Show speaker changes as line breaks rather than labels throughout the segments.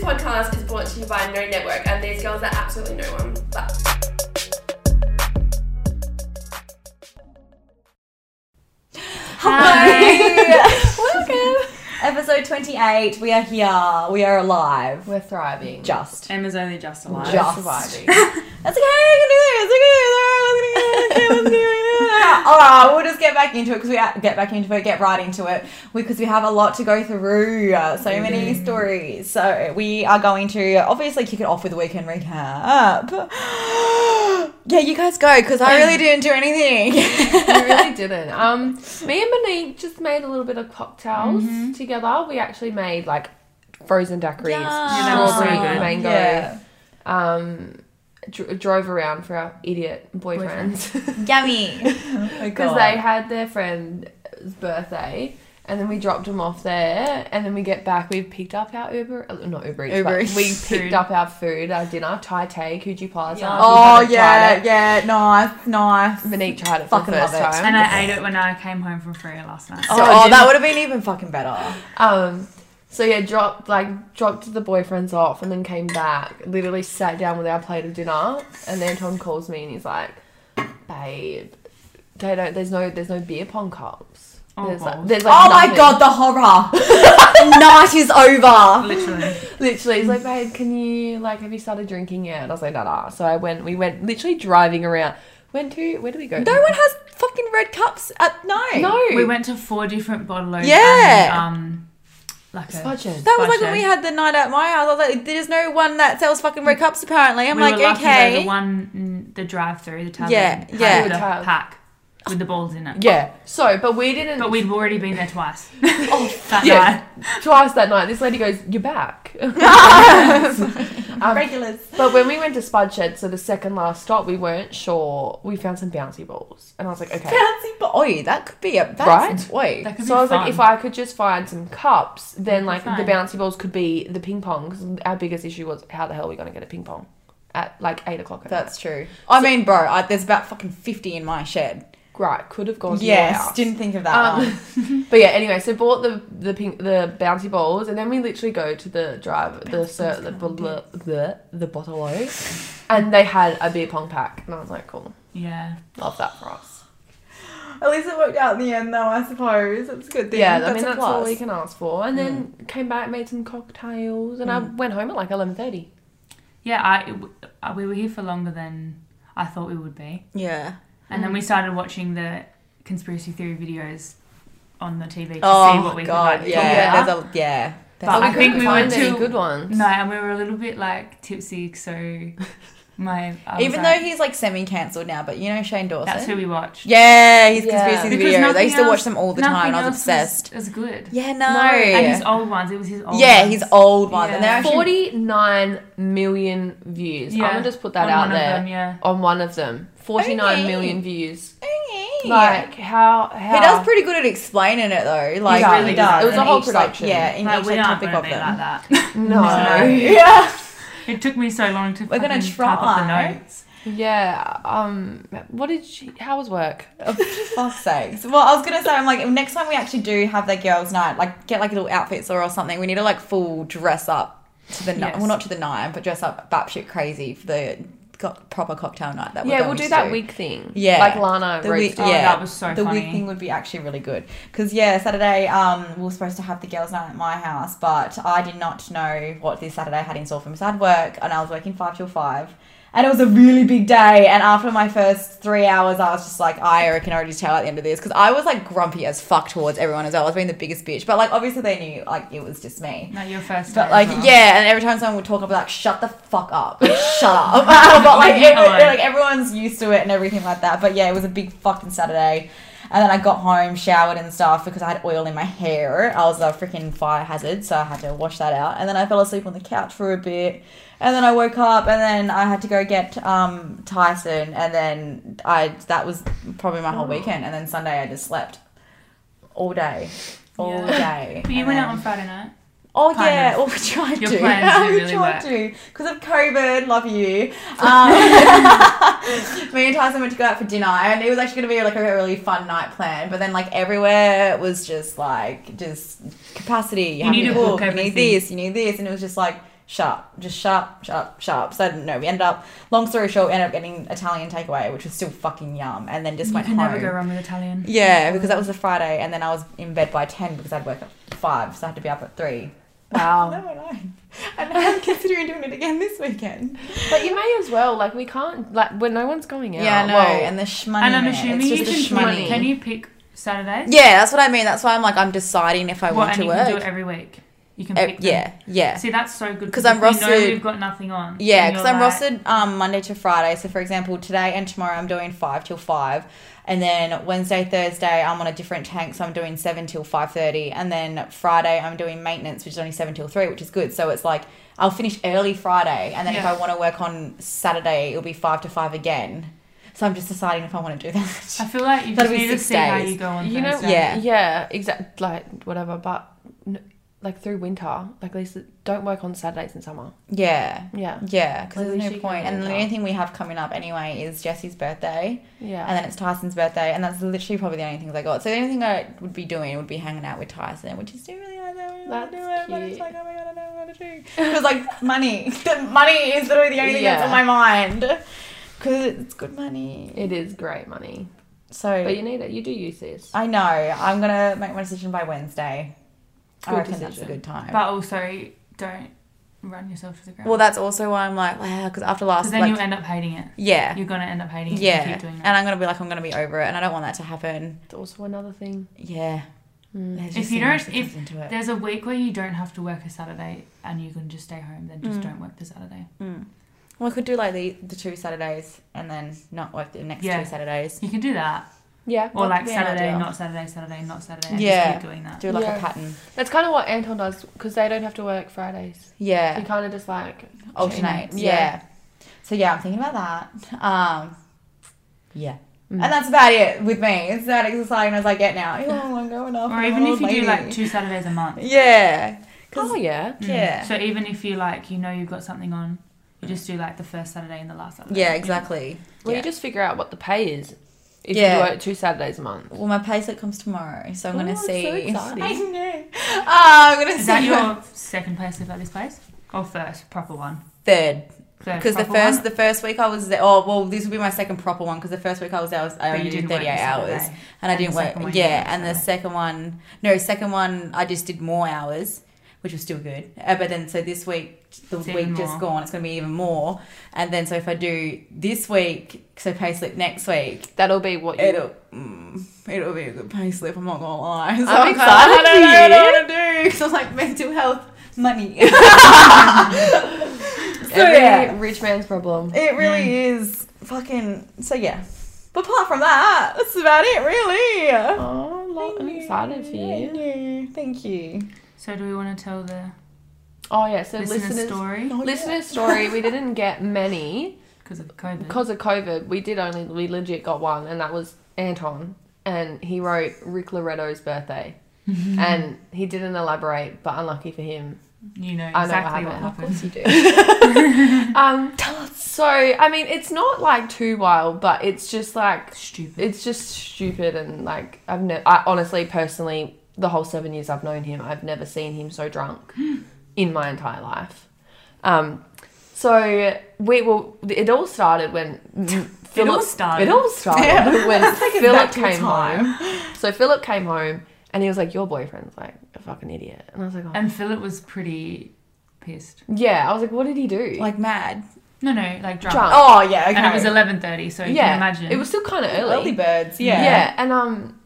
podcast is brought to you by No Network, and these girls are absolutely no one. But
Hi.
Welcome.
Episode 28. We are here. We are alive.
We're thriving.
Just.
Emma's only just alive.
Just.
surviving.
That's okay. I can do this. I can do this. I can do this. All right, we'll just get back into it because we are, get back into it, get right into it because we have a lot to go through. uh, So many stories. So we are going to obviously kick it off with a weekend recap. Yeah, you guys go because I really didn't do anything.
we really didn't. Um, me and Monique just made a little bit of cocktails
Mm-hmm.
together. We actually made like frozen daiquiris,
Yeah,
that was so
strawberry,
good.
mango.
Yeah.
Um, dr- drove around for our idiot boyfriends
Yummy.
because they had their friend's birthday. And then we dropped them off there, and then we get back. We picked up our Uber, uh, not Uber, Eats,
Uber
but
Eats.
we picked
Food.
up our food, our dinner, Thai Tay, Coogee Plaza.
Yeah.
We
Oh
haven't tried
yeah,
it.
yeah, nice, nice.
Monique tried it for
Fucking
the first
love it.
time.
And I ate it when I came home from Freya last night.
Oh,
So I
that
didn't-
would have been even fucking better.
Um, so yeah, dropped like dropped the boyfriends off and then came back. Literally sat down with our plate of dinner, and then Tom calls me and he's like, "Babe, they don't. There's no. There's no beer pong cups.
Oh,
there's like,
balls.
there's like
oh my
nothing."
god, the horror! Night is over.
Literally.
Literally, he's like, "Babe, can you like have you started drinking yet?" And I was like, "Nah, nah." So I went. We went literally driving around. Went to where do we go?
No one has fucking red cups at night.
No.
We went to four different bottle oaks
Oh. Yeah.
And, um, like a
Spudgeon.
That was like when
Budget.
we had the night at my house. I was like, "There's no one that sells fucking red cups." Apparently, I'm
we
like,
were lucky though,
"Okay."
the one, mm, the drive-through, the tavern,
Yeah,
had
yeah.
the
The tab.
pack with the balls in it.
Yeah. So, but we didn't.
But we'd already been there twice. oh, that
Yeah.
night.
twice that night. This lady goes, "You're back." Um,
Regulars.
But when we went to Spud Shed, so the second last stop, we weren't sure. We found some bouncy balls, and I was like, okay.
Fancy but oi, that could be a that's,
Right?
Oi.
That could
So
be
I was
fun.
like, if I could just find some cups, then like
fun.
the bouncy balls could be the ping pong. 'cause our biggest issue was how the hell are we gonna get a ping pong at like eight o'clock? At
that's true. I mean, bro, I, there's about fucking fifty in my shed.
night. right. Could have gone. to your
Yes,
house.
didn't Ah. think of that. one.
Um, but yeah, anyway, so bought the the pink the bouncy balls, and then we literally go to the drive the sir, the bl- bl- the the bottle O, and they had a beer pong pack, and I was like, cool,
Yeah.
love that for us.
At least it worked out in the end, though. I suppose that's a good thing.
Yeah, I
That's
mean
a
that's all
plus.
we Hmm. can ask for. And then came back, made some cocktails, and I went home at like eleven thirty.
Yeah, I, it w- uh, we were here for longer than I thought we would be.
Yeah.
And
Mm.
then we started watching the conspiracy theory videos on the TV to see what we could like, talk
Oh yeah,
about.
there's a yeah.
But I think we were
find any
too-
good ones.
No, and we were a little bit like tipsy, so my I was
Even though
like,
he's like semi-cancelled now, but you know Shane Dawson.
that's who we watched.
yeah, he's
Yeah.
conspiracy
Because
video. They
nothing
used to watch
else-
them all the time,
nothing
and I was
else
obsessed.
Was, was good.
yeah, no.
And his old ones. It was his old.
yeah,
ones.
his old ones, and they're
Yeah.
actually
Forty nine million views.
Yeah,
I'm gonna just put that
on
out
one of
there
them, yeah.
on one of them. Forty nine
Okay.
million views.
Okay.
Like how how
he does pretty good at explaining it though. Like
really
he
does.
does.
It was a
in
whole
each, like,
production.
yeah, in
Like,
each
we
like,
aren't
topic
going to
of
be
them.
like that.
no.
Yeah.
it took me so long to.
We're gonna
fucking type up
try.
the notes.
Yeah. Um. What did she? How was work?
Fuck's sakes. Well, I was gonna say, I'm like, next time we actually do have that girls' night, like, get like little outfits or, or something. We need to like full dress up to the night.
Yes.
Well, not to the night, but dress up batshit crazy for the co- proper cocktail night. That we're
yeah,
going
we'll do
to
that wig thing.
Yeah,
Like Lana.
The wig, yeah,
roasted.
Oh, that was so
the wig
funny.
thing would be actually really good because yeah, Saturday um we were supposed to have the girls' night at my house, but I did not know what this Saturday had in store for me. So I had work and I was working five till five. And it was a really big day. And after my first three hours, I was just like, I can already tell at the end of this because I was like grumpy as fuck towards everyone as well. I was being the biggest bitch, but like obviously they knew like it was just me.
Not your first.
But
day
like,
as well.
yeah, and every time someone would talk, I'd be like, "Shut the fuck up, shut up." but like,
Leave me
every-
alone.
like everyone's used to it and everything like that. But yeah, it was a big fucking Saturday, and then I got home, showered and stuff because I had oil in my hair. I was a freaking fire hazard, so I had to wash that out. And then I fell asleep on the couch for a bit, and then I woke up, and then I had to go get um, Tyson, and then I that was probably my whole
Oh.
weekend. And then Sunday, I just slept all day, all
Yeah.
day.
But you
and
went
then-
out on Friday night.
Oh
Kind
yeah,
of.
well, we tried
Your
to.
plans didn't
we
really
tried
work.
to because of COVID. Love you. Um, me and Tyson went to go out for dinner, and it was actually going to be like a really fun night plan. But then, like everywhere was just like just capacity. You,
You
have
need
to
to book
book. You need
everything.
this. You need this, and it was just like shut up, just shut up, shut up, shut up. So I didn't know. We ended up, long story short, we ended up getting Italian takeaway, which was still fucking yum, and then just
you
went
can
home.
never go wrong with Italian.
Yeah, because that was a Friday, and then I was in bed by ten because I'd work at five, so I had to be up at three.
Wow.
No, I know. And I'm considering doing it again this weekend.
but you may as well. Like we can't. Like when no one's going out.
Yeah, I know.
well,
and the shmoney.
And I'm
in it.
assuming
it's
you
just
can
a
pick,
shmoney.
can you pick Saturdays?
Yeah, that's what I mean. That's why I'm like I'm deciding if I
What,
want
and
to
you
work.
can do it every week. You can
Eh,
pick them.
yeah, yeah.
See, that's so good
'Cause
because
I'm
I'm we know
rostered-
we've got nothing on.
Yeah,
and
because
you're
I'm
like,
rostered um, Monday to Friday. So, for example, today and tomorrow I'm doing 5 till 5. And then Wednesday, Thursday, I'm on a different tank. So I'm doing 7 till 5.30. And then Friday, I'm doing maintenance, which is only 7 till 3, which is good. So it's like I'll finish early Friday. And then if
Yeah.
I want to work on Saturday, it'll be 5 to 5 again. So I'm just deciding if I want to do
I
that.
feel like you
That'll
just
be
need to
six
see how
days.
you go on
you know.
Thursday.
Yeah.
Yeah. Yeah. Exact. Like whatever. But n- like through winter, like at least don't work on Saturdays in summer.
yeah.
Yeah.
Yeah, because
Like,
there's
we
no
should go
point. And the
later.
only thing we have coming up anyway is Jesse's birthday.
Yeah.
and then it's Tyson's birthday, and that's literally probably the only things I got. So the only thing I would be doing would be hanging out with Tyson, which is still really hard. I don't want to do it,
That's
but it's
cute.
like, oh my god, I don't want to do. Because like money, the money is literally the only thing that's
Yeah.
on my mind. Because it's good money.
it is great money,
so
but you need it. You do use this.
I know I'm gonna make my decision by Wednesday. I
Good
reckon that's a
decision.
good time.
But also, don't run yourself to the ground.
well, that's also why I'm like, wow, because after
'Cause
last,
then
like,
you end up hating it.
yeah,
You're gonna end up hating it. if
yeah,
You keep doing that.
and I'm gonna be like, I'm gonna be over it, and I don't want that to happen.
It's also another thing.
Yeah.
Mm.
There's
If
just
you
so much
don't-
that
if
comes into it.
There's a week where you don't have to work a Saturday and you can just stay home, then just don't work the Saturday.
Mm. Well, I could do like the, the two Saturdays and then not work the next
Yeah.
two Saturdays.
You can do that.
Yeah.
Or
That
like
could be an
Saturday,
idea.
not Saturday, Saturday, not Saturday. And
Yeah.
Just keep doing that.
Do like
Yeah.
a pattern.
That's kind of what Anton does because they don't have to work Fridays. He
Yeah.
kind of just like
Alternate.
change.
Yeah. So yeah, I'm thinking about that. Um, yeah.
Mm.
And that's about it with me. It's about exercising as I get now. Oh, I'm going off.
Or
I'm
even
an
if
old
you do like
lady.
two Saturdays a month.
Yeah.
Oh yeah.
Mm.
Yeah.
So even if you like, you know, you've got something on, you just do like the first Saturday and the last Saturday.
Yeah, exactly.
Well,
yeah.
you just figure out what the pay is if
Yeah.
you work two Saturdays a month.
well, my payslip comes tomorrow, so I'm
Ooh,
gonna
it's Oh, so
see.
exciting.
I know. Ah, I'm gonna
Is
see.
that
my
your second place live at this place? Or first proper one?
third
Third
Because the
proper
first
one?
the first week I was there, oh well, this would be my second proper one because the first week I was there, I, was, I
But
only
you
did
didn't work
thirty
the
eight um, hours,
Saturday.
and I
And the
didn't work.
second one you
Yeah,
did
and the
Saturday.
second one, no, second one I just did more hours, which was still good. Uh, but then so this week, the
It's
week
even
just
more.
gone, it's gonna be even more. And then so if I do this week, so pay slip next week,
That'll be what you.
it'll mm, it'll be a good pay slip. I'm not gonna lie. So kind
I'm
of like, I
excited
don't
for
know what I
you.
want to do because I'm like mental health, money. so
every
yeah.
rich man's problem.
It really is fucking. So yeah. But apart from that, that's about it, really.
Oh, lo- I'm excited for
Thank
you.
you. Thank you.
So do we want to tell the
Oh yeah. So
listener
listeners,
story?
listener story. We didn't get many
Because of COVID.
because of COVID. We did only we legit got one, and that was Anton, and he wrote Rick Loretto's birthday. and he didn't elaborate, but unlucky for him,
you know
I know
exactly
what
what
happened.
happened.
you do. um, so I mean, it's not like too wild, but it's just like
Stupid.
it's just stupid and like I've never. I honestly, personally, the whole seven years I've known him, I've never seen him so drunk in my entire life. Um, so we well, it all started when Philip
started.
It all started when
it
Philip
back to a
came
time.
home. So Philip came home and he was like, "Your boyfriend's like a fucking idiot," and I was like, oh.
And Philip was pretty pissed.
"Yeah." I was like, "What did he do?"
Like mad.
No, no, like drunk.
Drunk.
Oh yeah. Okay.
And it was 11.30, so you can
yeah,
imagine.
it was still kind of
early birds. Yeah.
Yeah, and um,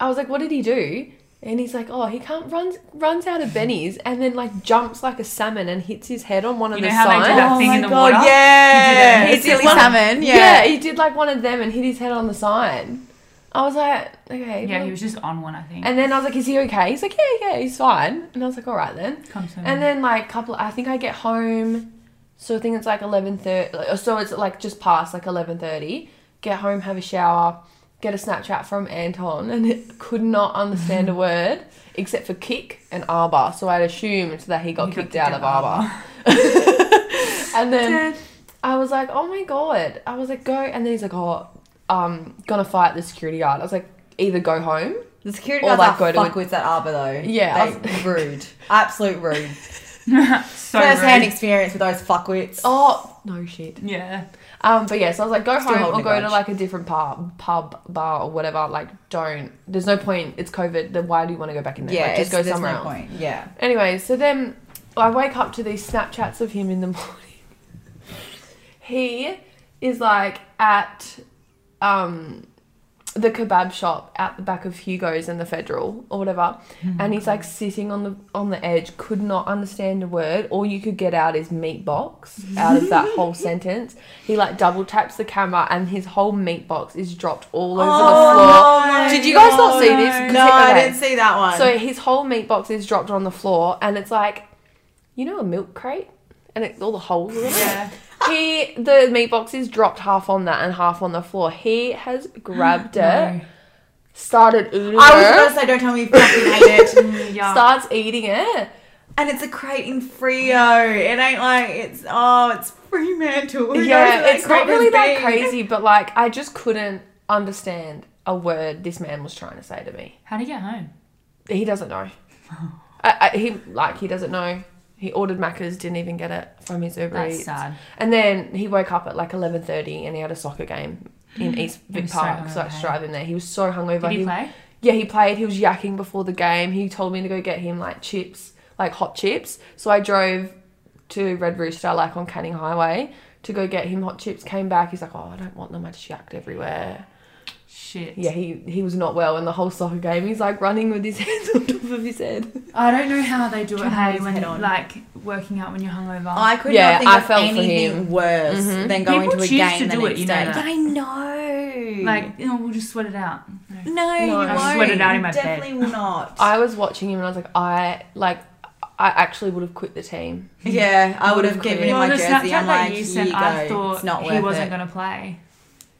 I was like, "What did he do?" And he's like, "Oh, he can't runs runs out of Benny's and then like jumps like a salmon and hits his head on one of
You know
the
how they do
signs."
that
Oh
thing
my
in the
god.
water?
Yeah.
He did it.
It's
He did
silly
one.
salmon. Yeah.
he did like one of them and hit his head on the sign. I was like, "Okay."
yeah,
well-
he was just on one, I think.
And then I was like, "Is he okay?" He's like, "Yeah, yeah, he's fine." And I was like, "All right then."
Comes home.
And then like couple, I think I get home, so I think it's like eleven thirty. So it's like just past like eleven thirty. Get home, have a shower, get a Snapchat from Anton, and it could not understand a word except for kick and arbor. So I'd assume it's that he got
He got
kicked out of arbor. and then I was like, oh my god. I was like, go, and then he's like, oh, um, gonna fight the security guard. I was like, either go home.
The security
Or,
guards
like,
like,
go
are
to
fuck
a-
with that arbor though.
Yeah, I
They rude. Absolute rude.
so
First hand
rude.
experience with those fuckwits.
Oh no shit.
Yeah.
Um, but yeah, so I was like, go
Still
home
holding
or
a
go to
grudge.
like a different pub, pub, bar, or whatever. Like, don't. There's no point. It's COVID. Then why do you want to go back in there?
yeah,
like, just go
it's- there's
somewhere
no
else.
Point. Yeah.
Anyway, so then I wake up to these Snapchats of him in the morning. he is like at um the kebab shop out the back of Hugo's and the Federal or whatever, and he's like sitting on the on the edge, could not understand a word. All you could get out is meat box out of that whole sentence. He like double taps the camera, and his whole meat box is dropped all over
Oh,
the floor. Did you guys not see this? 'Cause
No,
he-
I
okay.
didn't see that one.
So his whole meat box is dropped on the floor, and it's like, you know, a milk crate, and it, all the holes in it.
Yeah.
He, the meat box is dropped half on that and half on the floor. He has grabbed it,
No.
started eating
I was
it,
gonna say, don't tell me you fucking hate it.
Mm, yeah.
starts eating it.
And it's a crate in Frio. It ain't like it's oh, it's Fremantle. Who knows
yeah,
what
it's
crate
not really
has
that
been?
crazy, but like, I just couldn't understand a word this man was trying to say to me.
How'd he get home?
He doesn't know. I, I, he like he doesn't know. He ordered macas, didn't even get it from his Uber
That's
Eats.
sad.
And then he woke up at like eleven thirty, and he had a soccer game in East Vic
was so
Park. So, I
hungover.
was driving there. He was so hungover.
Did he play?
Yeah, he played. He was yakking before the game. He told me to go get him like chips, like hot chips. So I drove to Red Rooster, like on Canning Highway, to go get him hot chips. Came back. He's like, oh, I don't want them. I just yacked everywhere.
Shit.
Yeah, he he was not well in the whole soccer game. He's like running with his hands on top of his head.
I don't know how they do it.
Trying to
Hey,
hold his
when
head on.
like working out when you're hungover.
I could
Yeah,
not think
I
of
felt for
anything
him.
worse than going
People
to a
choose
game
to
the
do it,
next
you know
day.
that.
I know.
like, you know, we'll just sweat it out. No.
no, you
I
won't.
just
sweat it out in
You
my bed.
Definitely will not.
I was watching him and I was like, I like, I actually would have quit the team.
yeah, I would have
Would've
given
quit.
him
Well,
my
the
jersey.
Snapchat
I'm like,
that you
here
sent,
you go.
I thought
it's not worth
he wasn't
it.
going to play.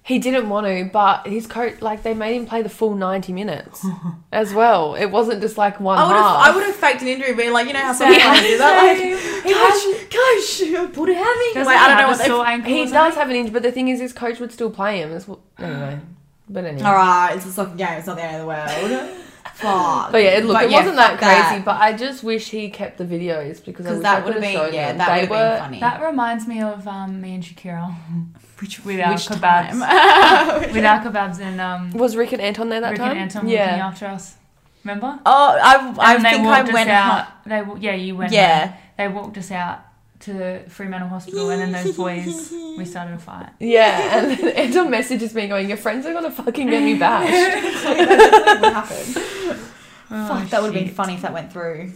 He didn't want to, but his coach, like, they made him play the full 90 minutes as well. It wasn't just like one
I would have,
half.
I would have faked an injury, being like, you know how
Same.
someone to do that. Like,
Same.
hey, coach, coach, put it heavy.
Doesn't
Like,
he
I
have
don't know
a
what they.
sore ankle
he
or
does
something? Mm.
have an injury, but the thing is, his coach would still play him. As well. Anyway, but anyway.
All right, it's a soccer game. It's not the end of the world. Fuck.
But yeah, it, look,
But
it
yeah,
wasn't that
fuck that.
crazy, but I just wish he kept the videos because I
because
wish
that
I
would have been
shown
yeah,
them.
that
They
would have
were-
been funny.
That reminds me of um, me and Shakira
which
with our kebabs. with our kebabs and um,
Was Rick and Anton there that
Rick
time?
and Anton looking
yeah.
after us. Remember?
Oh, I, I
And they
think I
walked us
went
out.
home.
They wa- yeah, you went.
Yeah.
home. They walked us out to Fremantle Hospital, and then those boys we started a fight.
Yeah, and then Anton messages me going, Your friends are gonna fucking get me bashed.
What happened? Fuck, that would have been
Oh, shit.
funny if that went through.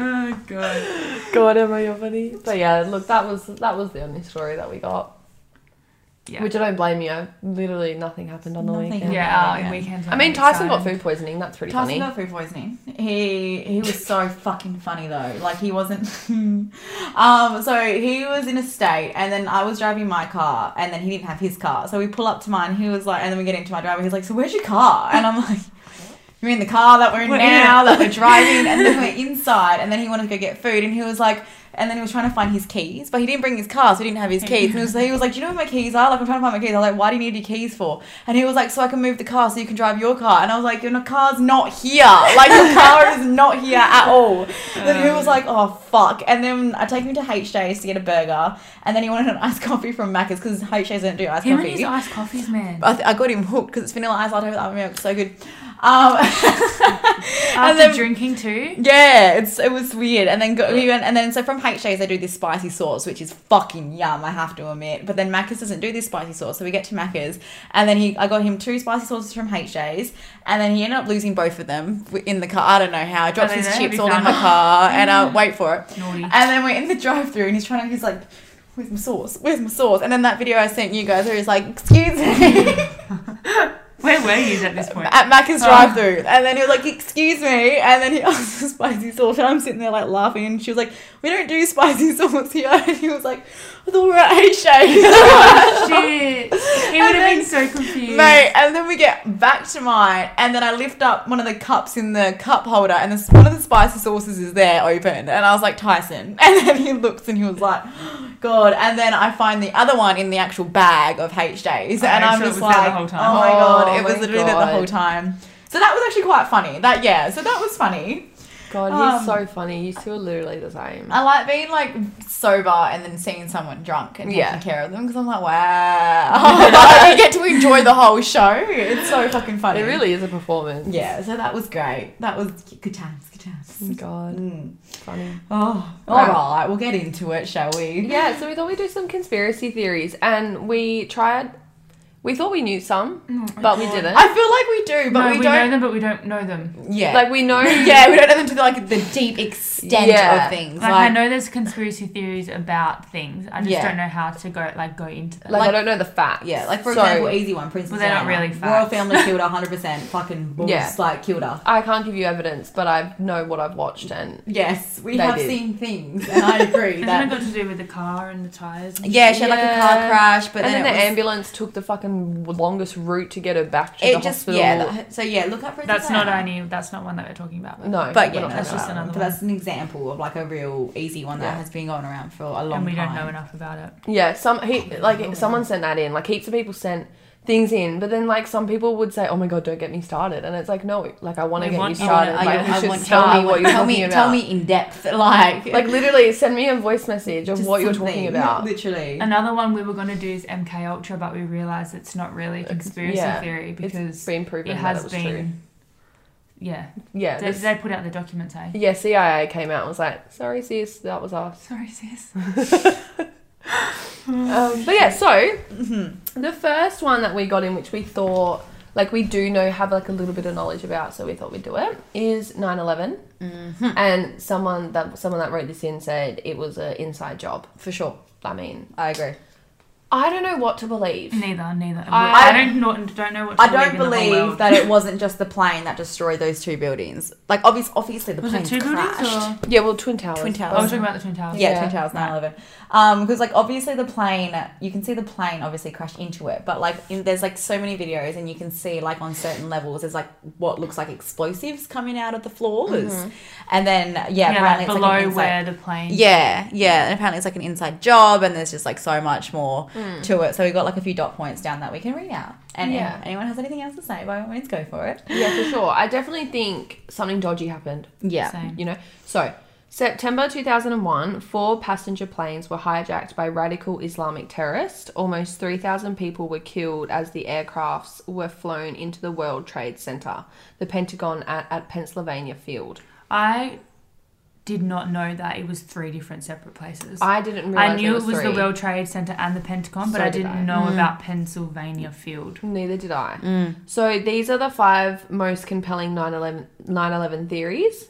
Oh god.
God, am I your buddy? But yeah, look, that was that was the only story that we got.
Yeah.
Which I don't blame you. Literally, nothing happened on the
Nothing happened.
weekend.
yeah, our
Yeah.
weekends.
I mean, Tyson got food poisoning. That's pretty
Tyson
funny.
got food poisoning. He he was so fucking funny though. Like he wasn't. um. So he was in a state, and then I was driving my car, and then he didn't have his car. So we pull up to mine. He was like, and then we get into my driver. He's like, so where's your car? And I'm like. You're in the car that we're in
We're in
now,
it."
that we're driving, and then we're inside. And then he wanted to go get food, and he was like, and then he was trying to find his keys, but he didn't bring his car, so he didn't have his keys. And he was, he was like, Do you know where my keys are? Like, I'm trying to find my keys. I was like, Why do you need your keys for? And he was like, So I can move the car so you can drive your car. And I was like, Your car's not here. Like, your car is not here at all. Then he was like, Oh, fuck. And then I take him to HJ's to get a burger, and then he wanted an iced coffee from Macca's because HJ's don't do iced
Him and
coffee.
his iced coffees, man.
I, th- I got him hooked because it's vanilla ice latte with almond milk. It's so good. Um,
After
then-
drinking too.
yeah, it's it was weird. And then go, we went, and then so from HJ's they do this spicy sauce, which is fucking yum. I have to admit. But then Macca's doesn't do this spicy sauce, so we get to Macca's, and then he I got him two spicy sauces from HJ's, and then he ended up losing both of them w- in the car. I don't know how. I dropped
they
his
there? Have
chips
you
all in
found
my
them?
car, and I wait for it.
Naughty.
And then we're in the drive-through, and he's trying to. He's like, "Where's my sauce? Where's my sauce?" And then that video I sent you guys, where he's like, "Excuse me."
Where were you at this point?
at Macca's
Oh.
drive through and then he was like, excuse me, and then he asked for spicy sauce and I'm sitting there like laughing and she was like, We don't do spicy sauce here and he was like, I thought we were at Shake.
Shit. He would have been so confused.
Mate, and then we get back to mine and then I lift up one of the cups in the cup holder and this one of the spicy sauces is there open and I was like, Tyson and then he looks and he was like God, and then I find the other one in the actual bag of H days,
Oh,
and I'm
so it
just
was there the
like,
whole time.
oh my
Oh
god, it was
my
literally there the
God.
whole time. So that was actually quite funny. That yeah, so that was funny.
God, he's
Um,
so funny. You two are literally the same.
I like being like sober and then seeing someone drunk and
Yeah.
taking care of them because I'm like, wow, you get to enjoy the whole show. It's so fucking funny.
It really is a performance.
Yeah. So that was great. That was good times. Good times.
God,
Mm.
funny.
Oh, all
Right.
right. We'll get into it, shall we?
Yeah, so we thought we'd do some conspiracy theories, and we tried. We thought we knew some,
Mm,
but we didn't.
I feel like we do, but
no,
we,
we know
don't.
them, but we don't know them.
Yeah.
Like we know.
yeah, we don't know them to the, like the deep extent
Yeah.
of things.
Like, I know there's conspiracy theories about things. I just
Yeah.
don't know how to go like go into them.
Like, I
Like-
don't know the facts.
Yeah, like for
So,
example, easy one, Princess
Well, they're not
Diana.
really
Royal
facts.
family killed her, 100%. Fucking balls,
Yeah.
like killed her.
I can't give you evidence, but I know what I've watched, and
Yes, we
They
have
did.
seen things, and I agree
Isn't it
that.
got to do with the car and the tires? And
Yeah, she had like a car
Yeah.
crash, but
and
then,
then the
it was,
ambulance took the fucking longest route to get her back to the
It just
hospital.
yeah. that- so yeah, look up for
That's not
Diana.
any. That's not one that we're talking about.
no,
But
we're
yeah,
not
no,
that's
talking
just
about
another
But
one.
that's an example of like a real easy one that
Yeah.
has been going around for a long time.
and we don't know enough about it.
that. yeah. Some he like someone sent that in. Like heaps of people sent things in, but then like some people would say, "Oh my god, don't get me started," and it's like, no, like I want to
We
get
want
you
you to
started.
know-
like
I-
you
I
should
want-
tell
I
me
want-
what you're
tell
talking
me,
about.
Tell me in depth, like
Like literally, send me a voice message of
just
what you're
something,
talking about.
Literally,
Another one we were going to do is MK Ultra, but we realized it's not really a conspiracy
yeah.
theory
It's
because
been proven
it
that
has
it was
been.
true.
Yeah,
Yeah,
they,
this-
they put out the documents. Eh?
yeah. CIA came out and was like, "Sorry, sis, that was us."
Sorry, sis.
Um, but yeah, so the first one that we got in, which we thought like we do know have like a little bit of knowledge about, so we thought we'd do it, is 9/11. And someone that someone that wrote this in said it was an inside job.
for sure,
I mean,
I agree.
I don't know what to believe.
Neither, neither.
I-
I, don't know. Don't know what. To
I don't
in the whole
believe
world.
that it wasn't just the plane that destroyed those two buildings. Like, obvious, obviously, the
Was
plane
it two
crashed.
buildings or?
Yeah, well, Twin Towers.
Twin
I was
Towers.
talking about the twin towers.
Yeah,
Yeah.
Twin Towers, 9 11. Um, because, like, obviously, the plane, you can see the plane obviously crashed into it, but, like, in, there's, like, so many videos, and you can see, like, on certain levels, there's, like, what looks like explosives coming out of the floors. And then, yeah,
Mm-hmm. Yeah,
apparently,
like
it's
below
like, an inside-
where the plane.
yeah, yeah, and apparently it's like an inside job, and there's just like so much more
Mm.
to it. So we got like a few dot points down that we can read out. And
Yeah.
if anyone has anything else to say, by all means, go for it.
Yeah, for sure. I definitely think something dodgy happened.
Yeah,
Same.
You know, so September 2001, four passenger planes were hijacked by radical Islamic terrorists. Almost 3,000 people were killed as the aircrafts were flown into the World Trade Center, the Pentagon at, at Pennsylvania Field.
I did not know that it was three different separate places.
I didn't realize
I knew
there
it was, the
three.
World Trade Center and the Pentagon, but
So
I
did
didn't
I.
know about Pennsylvania Field.
Neither did I. So these are the five most compelling 9/11 9/11 theories.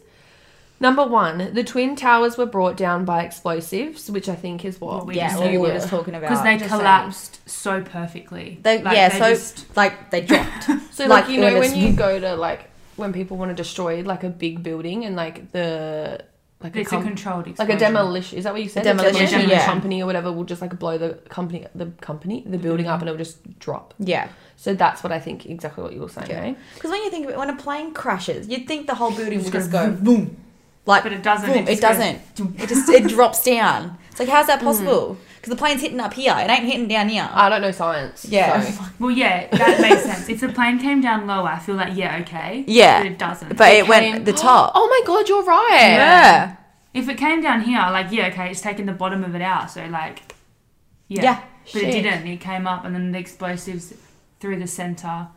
Number one, the twin towers were brought down by explosives, which I think is what.
What we
yeah,
just
what we
knew
were
it.
just talking about
Because they
Just
collapsed so perfectly.
saying. They,
Like,
yeah,
they
so
just-
like they dropped.
So like,
Like,
you know
when
when
it's-
you go to like when people want to destroy like a big building and like the like a,
it's
com-
a controlled
like a
explosion.
demolition is that what you said
A
A
demolition,
yeah.
company or whatever will just like blow the company the company the building up and it'll just drop.
yeah,
So that's what I think exactly what you were saying.
Yeah.
eh?
because when you think of it, when a plane crashes, you'd think the whole building would just go boom, like
But it doesn't.
boom. It
just goes-
doesn't. It just it drops down. It's like how's that possible? Because the plane's hitting up here, it ain't hitting down here.
I don't know science.
Yeah.
so-
Well, yeah, that makes sense. If the plane came down low, I feel like, yeah, okay.
Yeah,
But it doesn't.
but it, went
came-
at the top.
Oh my god, you're right.
yeah.
if it came down here, like, yeah, okay, it's taking the bottom of it out. So, like, yeah.
Yeah,
But
shit.
it didn't. It came up, and then the explosives through the center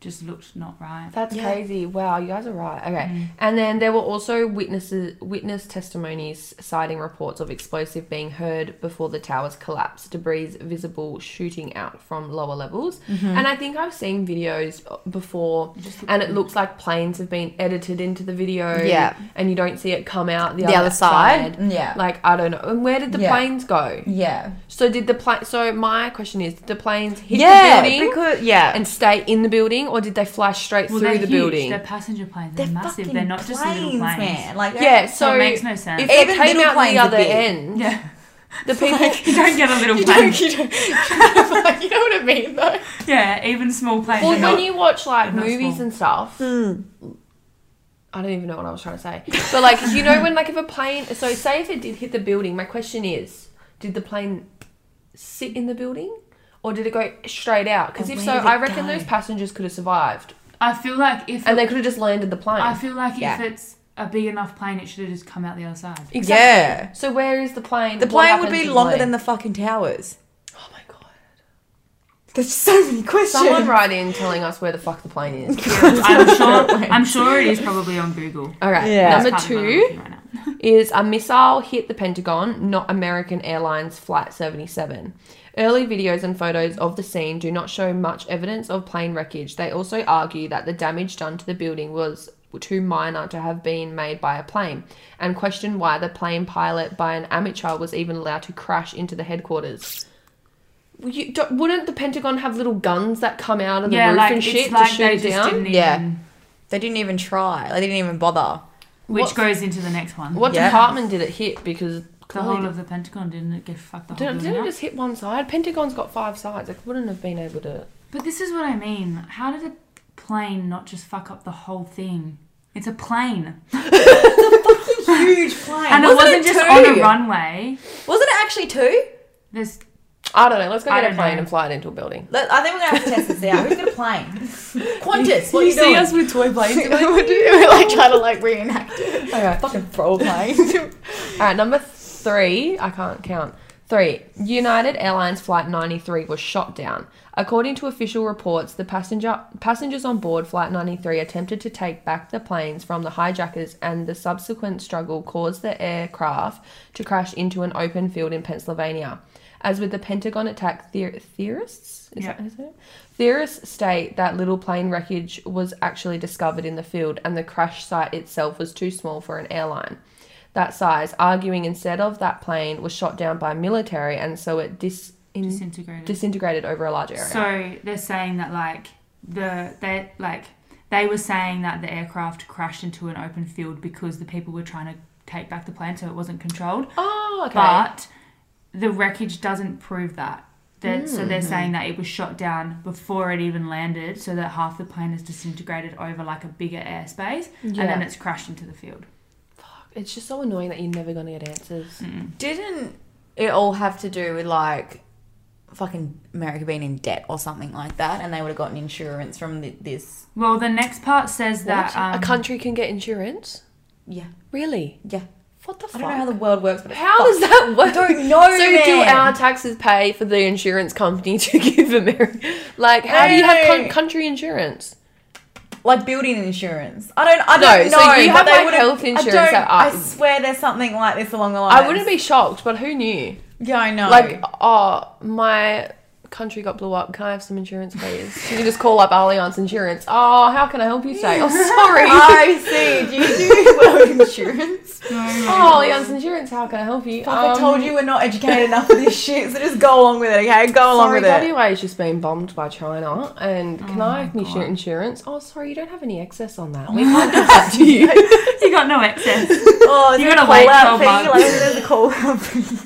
just looked not right.
That's
Yeah. Mm.
crazy. Wow, you guys are right. Okay. And then there were also witnesses witness testimonies citing reports of explosive being heard before the towers collapsed, debris visible shooting out from lower levels.
Mm-hmm.
And I think I've seen videos before and it looks like planes have been edited into the video
Yeah.
and you don't see it come out the,
The other side. Yeah.
Like I don't know. And where did the
Yeah.
planes go?
Yeah.
So did the plane so my question is did the planes hit
yeah,
the building?
because yeah,
and stay in the building, or did they flash straight
Well,
through
they're
the
huge.
building?
They're passenger planes. They're, massive. They're not just little planes.
man. Like
yeah, so,
it makes no sense.
If it
Even
came
little
out the
planes are
other
big.
end,
Yeah.
the people.
you don't get a little plane.
you know what I mean, though.
Yeah, even small planes.
Well,
are
when
not-
you watch like
they're not
movies
small.
and stuff.
Hmm.
I don't even know what I was trying to say. But like, you know, when like if a plane, so say if it did hit the building, my question is, did the plane sit in the building, or did it go straight out? Because
Or
if
where
so,
did it
I reckon
go?
those passengers could have survived,
I feel like if
and they could have just landed the plane.
I feel like
Yeah.
if it's a big enough plane, it should have just come out the other side.
Yeah.
So where is the plane?
The
What
plane would
happens
be
to
longer
plane?
than the fucking towers.
Oh my god.
There's so many questions.
Someone write in telling us where the fuck the plane is.
I'm sure. I'm sure it is probably on Google.
All right.
Yeah.
It's
Number
part of my
two
review right now.
is a missile hit the Pentagon, not American Airlines Flight 77. Early videos and photos of the scene do not show much evidence of plane wreckage. They also argue that the damage done to the building was too minor to have been made by a plane and question why the plane pilot by an amateur was even allowed to crash into the headquarters. You, do, wouldn't the Pentagon have little guns that come out of the
Yeah,
roof
like
and
it's
shit
like
to
they
shoot it
just
down?
didn't e- even.
Yeah. They didn't even try. They didn't even bother.
Which
What-
goes into the next one.
What
Yeah.
department did it hit? Because
The whole of the Pentagon didn't it get fucked the whole
Didn't,
building
didn't it
up?
just hit one side? Pentagon's got five sides. Like, wouldn't have been able to.
But this is what I mean. How did a plane not just fuck up the whole thing? It's a plane,
Huge plane.
and
wasn't
it wasn't
it
just
two?
on a runway.
Wasn't it actually two?
There's
I don't know. Let's go
I
get a
don't
plane
know.
and fly it into a building.
Let- I think we're gonna have to test this out. Who's got a plane? Qantas. What are you, doing?
with toy planes?
We're like trying to like reenact it.
okay.
Fucking pro plane.
All right, number three. I can't count. Three. United Airlines Flight 93 was shot down. According to official reports, the passenger passengers on board Flight 93 attempted to take back the planes from the hijackers, and the subsequent struggle caused the aircraft to crash into an open field in Pennsylvania. As with the Pentagon attack, theor- theorists is
Yeah.
that- is that it? theorists state that little plane wreckage was actually discovered in the field, and the crash site itself was too small for an airline that size, arguing instead of that plane was shot down by military, and so it dis- in-
disintegrated.
disintegrated over a large area.
So they're saying that like the they like they were saying that the aircraft crashed into an open field because the people were trying to take back the plane, so it wasn't controlled.
oh, okay.
But the wreckage doesn't prove that. They're, So they're
Mm-hmm.
saying that it was shot down before it even landed, so that half the plane is disintegrated over like a bigger airspace, and then
Yeah.
it's crashed into the field.
it's just so annoying that you're never gonna get answers.
Didn't it all have to do with like fucking America being in debt or something like that, and they would have gotten insurance from th- this?
Well, the next part says that
What?
um,
a country can get insurance?
Yeah,
Really?
yeah.
What the fuck?
I don't know how the world works, but it
How
fuck-
does that work?
Don't know,
So do
man.
our taxes pay for the insurance company to give America? Like, how do you have
Hey.
con- country insurance?
like building insurance. I don't. I
No,
don't
so
know.
you
but
have,
they
like,
would've-
health insurance
I, don't,
that
I
I-
swear there's something like this along the line.
I wouldn't be shocked, but who knew?
Yeah, I know.
Like, oh, my country got blew up. Can I have some insurance, please? you just call up Allianz Insurance. Oh, how can I help you today? Oh, sorry.
I see. Do you do world insurance?
oh, Allianz Insurance, how can I help you?
Fuck, I
Um,
told you we're not educated enough for this shit, so just go along with it, okay? Go along
Sorry,
with it. Oh
WA has just been bombed by China, and can I have
God.
your insurance? Oh, sorry, you don't have any excess on that. We can't give that to you.
you got no access.
Oh,
You
there's
gotta
a
wait
call-out
12
fee,
months.
like, there's a call out fee.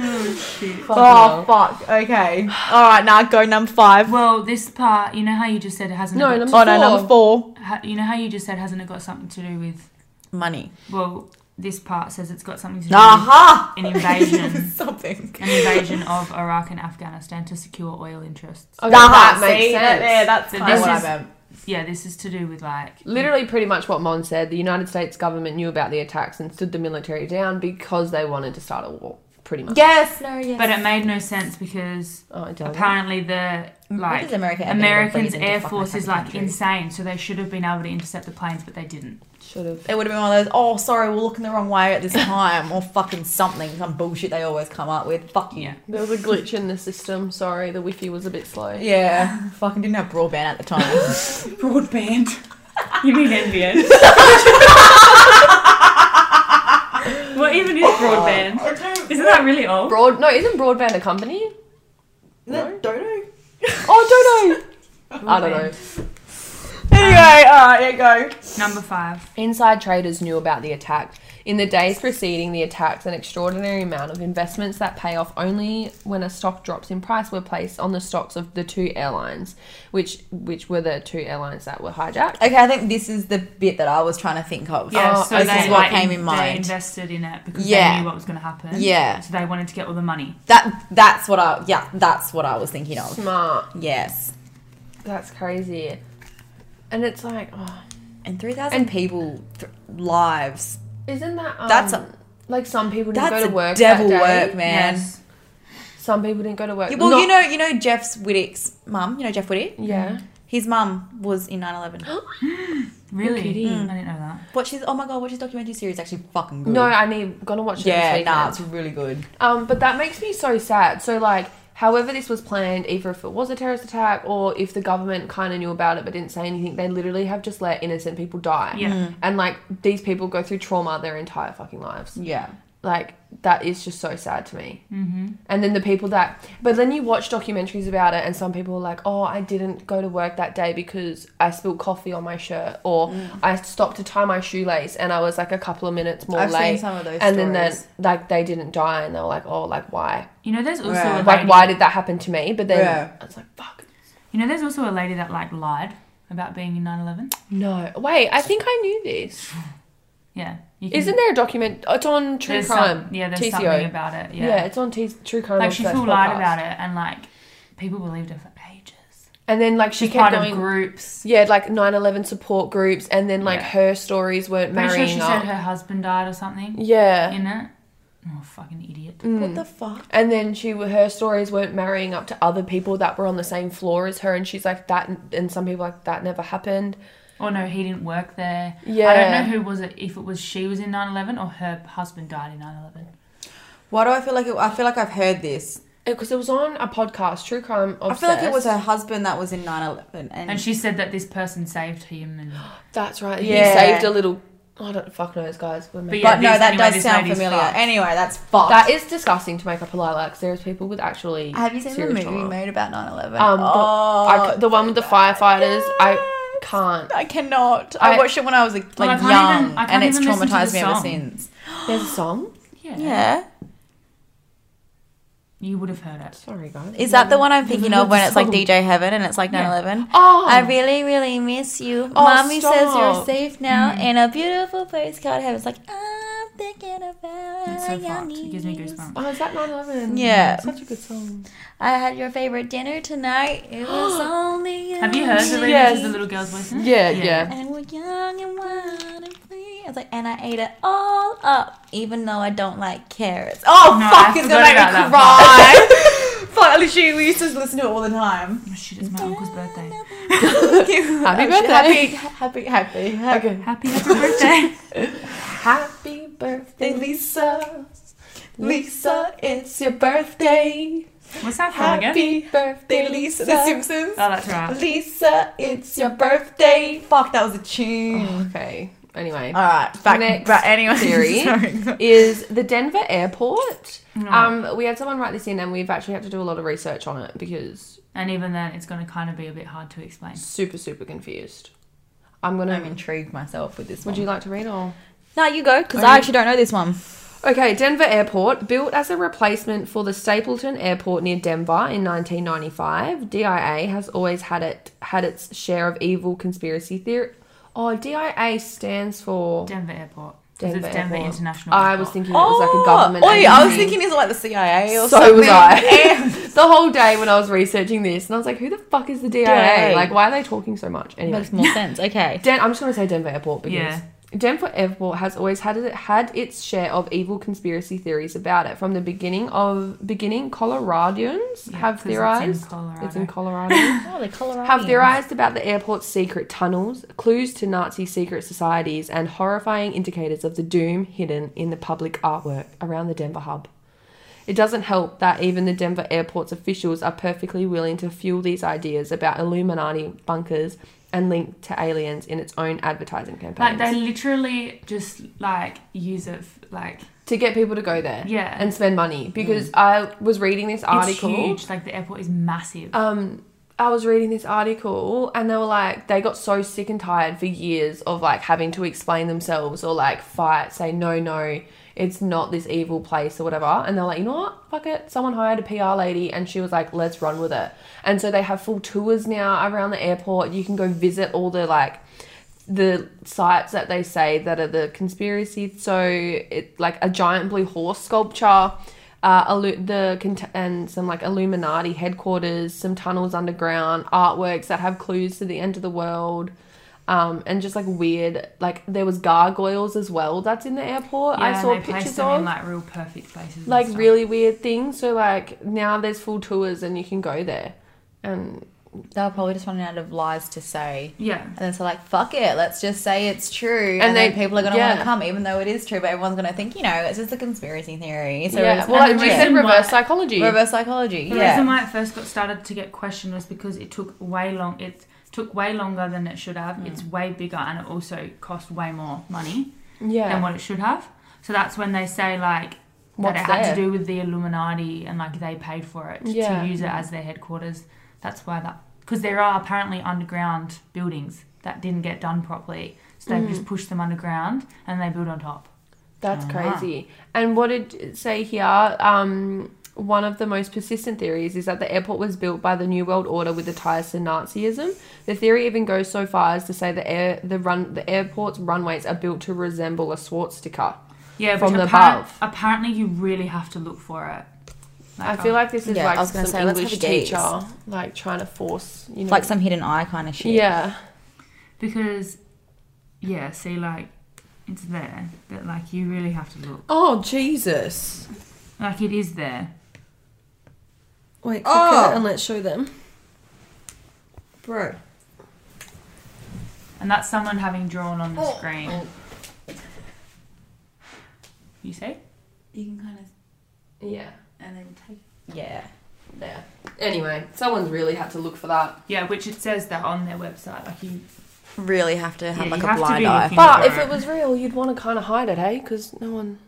oh shit.
Oh, fuck. Okay. All right, now go number five.
Well, this part, you know how you just said it hasn't.
No,
got-
number
Oh, no, number four.
Ha- you know how you just said hasn't it got something to do with
Money.
well this part says it's got something to do
Aha!
with an invasion
Something.
an invasion of iraq and afghanistan to secure oil interests
Okay,
Aha,
that makes
see?
sense.
Yeah, that's
But
kind of
this
what I
is-
meant.
yeah this is to do with like
Literally, pretty much what Mon said. The United States government knew about the attacks and stood the military down because they wanted to start a war. Pretty much.
Yes, no, yes.
but it made no sense because
Oh, it does.
apparently the
What does
like
America ever
americans
breathe into
air
fucking
force is
fucking
like
country?
insane so they should have been able to intercept the planes but they didn't
Should have.
It would have been one of those, oh, sorry, we're looking the wrong way at this time, or fucking something, some bullshit they always come up with. Fuck you.
yeah
There was a glitch in the system. Sorry, the wifi was a bit slow.
Yeah, fucking didn't have broadband at the time.
broadband you mean nbn what even is broadband isn't that really old
Broad? No, isn't broadband a company?
No, Dodo.
Oh, don't know. I don't know.
Anyway, alright, there you go.
number five
Inside traders knew about the attack. In the days preceding the attacks, an extraordinary amount of investments that pay off only when a stock drops in price were placed on the stocks of the two airlines, which which were the two airlines that were hijacked.
Okay, I think this is the bit that I was trying to think of.
Yeah,
Oh,
so
this
they,
is what
like,
came
in-
in
They
mind.
invested in it because
Yeah.
they knew what was going to happen.
Yeah.
So they wanted to get all the money.
That that's what I yeah, that's what I was thinking of.
Smart.
Yes.
That's crazy. And it's like, oh,
and three thousand people th- lives.
Isn't that um,
That's a-
like some people didn't
That's
go to
a
work
devil
that day.
work, man.
Yes.
Some people didn't go to work.
Yeah, Well,
Not-
you know, you know Jeff's Whittick's mum. You know Jeff Whittick.
Yeah.
His mum was in 9-11.
Really?
kidding.
Mm. I didn't know that.
Watch his. Oh my god, watch his documentary series. Actually, fucking good.
No, I need gonna watch it.
Mm. Yeah,
this
nah,
weekend.
it's really good.
Um, but that makes me so sad. So like, however this was planned, either if it was a terrorist attack or if the government kind of knew about it but didn't say anything, they literally have just let innocent people die.
Yeah.
And like these people go through trauma their entire fucking lives.
Yeah.
Like that is just so sad to me. Mm-hmm. And then the people that, but then you watch documentaries about it, and some people are like, "Oh, I didn't go to work that day because I spilled coffee on my shirt, or
Mm.
I stopped to tie my shoelace and I was like a couple of minutes more
I've seen
late."
some of those
and then then
stories.
like they didn't die, and they were like, "Oh, like why?
You know, there's also
Yeah.
a
Like
lady,
why did that happen to me?" But then
Yeah.
I was like, "Fuck."
You know, there's also a lady that like lied about being in 9/11.
No, wait. I think I knew this.
Yeah. You
Isn't there a document? It's on True
there's
Crime.
some- yeah, there's
TCO.
something about it.
Yeah.
Yeah.
it's on T- True Crime.
like she
Obsessed
still lied
podcast.
about it, and like people believed her for ages.
And then like she
She's
kept
part
going.
of groups.
Yeah, like 9-11 support groups, and then like
Yeah.
her stories weren't
Pretty sure
marrying
she
up.
said her husband died or something
yeah,
in it. Oh, fucking idiot.
What the fuck?
and then she her stories weren't marrying up to other people that were on the same floor as her, and she's like that, and some people are like that never happened.
Oh no, he didn't work there. I don't
Yeah.
know who was it. If it was she was in 9/11 or her husband died in 9/11.
Why do I feel like it, I feel like I've heard this?
Because it was on a podcast, True Crime. Obsessed.
I feel like it was her husband that was in 9-11 and,
And she said that this person saved him. And
That's right.
Yeah.
He saved a little. oh, I don't fuck knows, guys. We're
But
men.
yeah,
but no,
this-
that
anyway,
does
this
sound
lady's
familiar.
fucked.
Anyway, that's fucked.
that is disgusting to make up a lie. Like there's people with actually.
Have you seen the
serious
movie
trauma.
made about 9-11?
Um, the, I c-
Oh,
the one with the firefighters. I can't.
I cannot. I,
I-
watched it when I was like,
Well, I
like
can't
young,
even- I
and
can't
it's
even listen to
traumatized
the
me ever
song.
since.
There's a song.
yeah.
Yeah,
You would have heard it.
Sorry, guys.
is that the one I'm thinking of when it's like
song.
DJ Heaven and it's like 9/11?
Yeah.
Oh,
I really, really miss you.
Oh,
Mommy says you're
stop.
safe now
Mm.
in a beautiful place called heaven. It's like I'm thinking about
It's so
your
fucked. It gives me
knees.
goosebumps.
Oh, is that 911?
Yeah.
Such a good song.
I had your favorite dinner tonight. It was only
Have you heard the
you.
lady
Yes.
yes. the little girl's voice? In it?
Yeah,
Yeah.
yeah.
And we're young and wild and free. I was like, and I ate it all up, even though I don't like carrots. Oh
No,
fuck,
I
it's gonna
forgot
make me
about that
cry. fuck, literally, we used to listen to it all the time.
Oh, shit, it's my uncle's birthday.
happy
birthday.
happy, happy, happy, happy.
Happy
Okay.
happy birthday.
Happy birthday, Lisa.
Lisa,
it's your birthday.
What's that from again?
birthday,
The Simpsons.
Oh, that's right.
Lisa, it's your birthday.
Fuck, that was a tune.
Okay. Anyway,
All right, back.
Next
but anyway,
theory.
Sorry.
is the Denver airport?
Mm.
No.
Um, we had someone write this in, and we've actually had to do a lot of research on it because
And even then, it's going to kind of be a bit hard to explain.
super, super confused. I'm gonna.
I'm intrigued myself with this one.
would you like to read or?
No, you go, because
Okay.
I actually don't know this one.
Okay, Denver Airport, built as a replacement for the Stapleton Airport near Denver in 1995, DIA has always had it had its share of evil conspiracy theory. Oh, DIA stands for.
Denver Airport. Because
Denver
it's Denver
Airport.
International
I
Airport.
was thinking it was like a government.
Oh, yeah, I was
agency.
thinking it's like the CIA or
So
something.
was I. the whole day when I was researching this, and I was like, "Who the fuck is the DIA?
DIA.
Like, why are they talking so much?" Anyway,
Makes more sense. Okay.
Den- I'm just gonna say Denver Airport because
Yeah.
Denver Airport has always had it had its share of evil conspiracy theories about it from the beginning of beginning. Coloradians
Yeah,
have
'cause it's in
theorized.
Colorado.
It's in Colorado.
Oh, the Colorado.
have theorized about the airport's secret tunnels, clues to Nazi secret societies, and horrifying indicators of the doom hidden in the public artwork around the Denver hub. It doesn't help that even the Denver airport's officials are perfectly willing to fuel these ideas about Illuminati bunkers and linked to aliens in its own advertising
Like,
campaigns
they literally just, like, use it, f- like,
to get people to go there
Yeah. Mm.
and spend money. Because I was reading this article.
it's huge. Like, the airport is massive.
um I was reading this article and they were like they got so sick and tired for years of like having to explain themselves or like fight, say no no, it's not this evil place or whatever. And they're like, you know what? Fuck it. Someone hired a PR lady and she was like, let's run with it. And so they have full tours now around the airport. You can go visit all the like the sites that they say that are the conspiracy. So it like a giant blue horse sculpture, uh, illu- the cont- and some like Illuminati headquarters, some tunnels underground, artworks that have clues to the end of the world. um, and just like weird, like there was gargoyles as well. That's in the airport. I
and
saw
they placed
pictures
them
of
in like real perfect places. and
like
stuff.
really weird things. So like now there's full tours and you can go there. And
They were probably just running out of lies to say.
Yeah.
And then so like, fuck it, let's just say it's true. And,
And
then
they-
people are gonna
yeah.
wanna come, even though it is true, but everyone's gonna think, you know, it's just a conspiracy theory. So
yeah,
it's
well, like
and the
we said
reason why-
reverse psychology.
reverse psychology.
The
yeah.
reason why it first got started to get questioned was because it took way long. It took way longer than it should have.
Mm.
It's way bigger, and it also cost way more money than
yeah,
what it should have. So that's when they say like
What's
that it had
there?
to do with the Illuminati and like they paid for it
Yeah.
to use it as their headquarters. That's why that because there are apparently underground buildings that didn't get done properly, so they
Mm.
just pushed them underground and they built on top.
that's
Ah.
crazy. And what did it say here? Um, one of the most persistent theories is that the airport was built by the New World Order with the ties to Nazism. The theory even goes so far as to say the air, the run, the airport's runways are built to resemble a swastika.
Yeah,
From
which
the
appar-
above.
Apparently, you really have to look for it.
I feel
um,
like this is
Yeah,
like
I was gonna
some
say, let's have
English
a gaze.
teacher like trying to force you know
Like some hidden eye kind of shit.
yeah
because yeah see like it's there but like you really have to look
Oh Jesus!
like it is there
Wait, click
Oh.
it and let's show them, bro.
and that's someone having drawn on the screen you see
You can kind of
yeah
and then take Yeah.
there. Anyway, someone's really had to look for that.
yeah which it says that on their website like you
Really have to have
Yeah,
like
you
a
have to
blind
be
eye.
looking.
But
Yeah.
if it was real, you'd want to kind of hide it, hey? Because no one.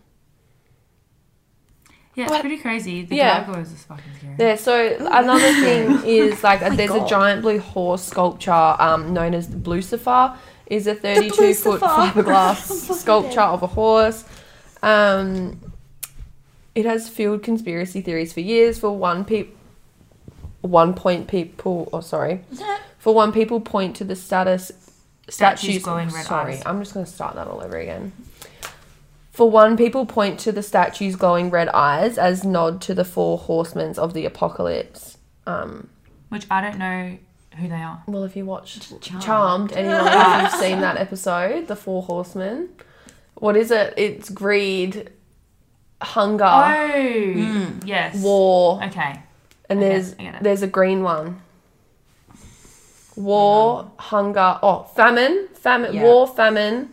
yeah it's
What?
pretty crazy the
Yeah.
gargoyles is fucking scary
Yeah. So another thing is like
my
there's
God.
a giant blue horse sculpture um, known as the Blucifer. Is a 32
Blucifer.
foot fiberglass sculpture of a horse. Um, it has fueled conspiracy theories for years. For one, peop one point people, oh sorry, for one people point to the status
Statues glowing red
sorry,
eyes.
I'm just going to start that all over again. For one, people point to the statue's glowing red eyes as nod to the four horsemen of the apocalypse. Um,
which i don't know who they are
well, if you watched
Charmed.
Charmed, anyone if you've seen that episode, the four horsemen, what is it? It's greed, hunger,
oh yes
war,
okay
and
I get it,
there's
I get it.
there's a green one. War, hunger, oh famine, famine,
Yeah.
war, famine.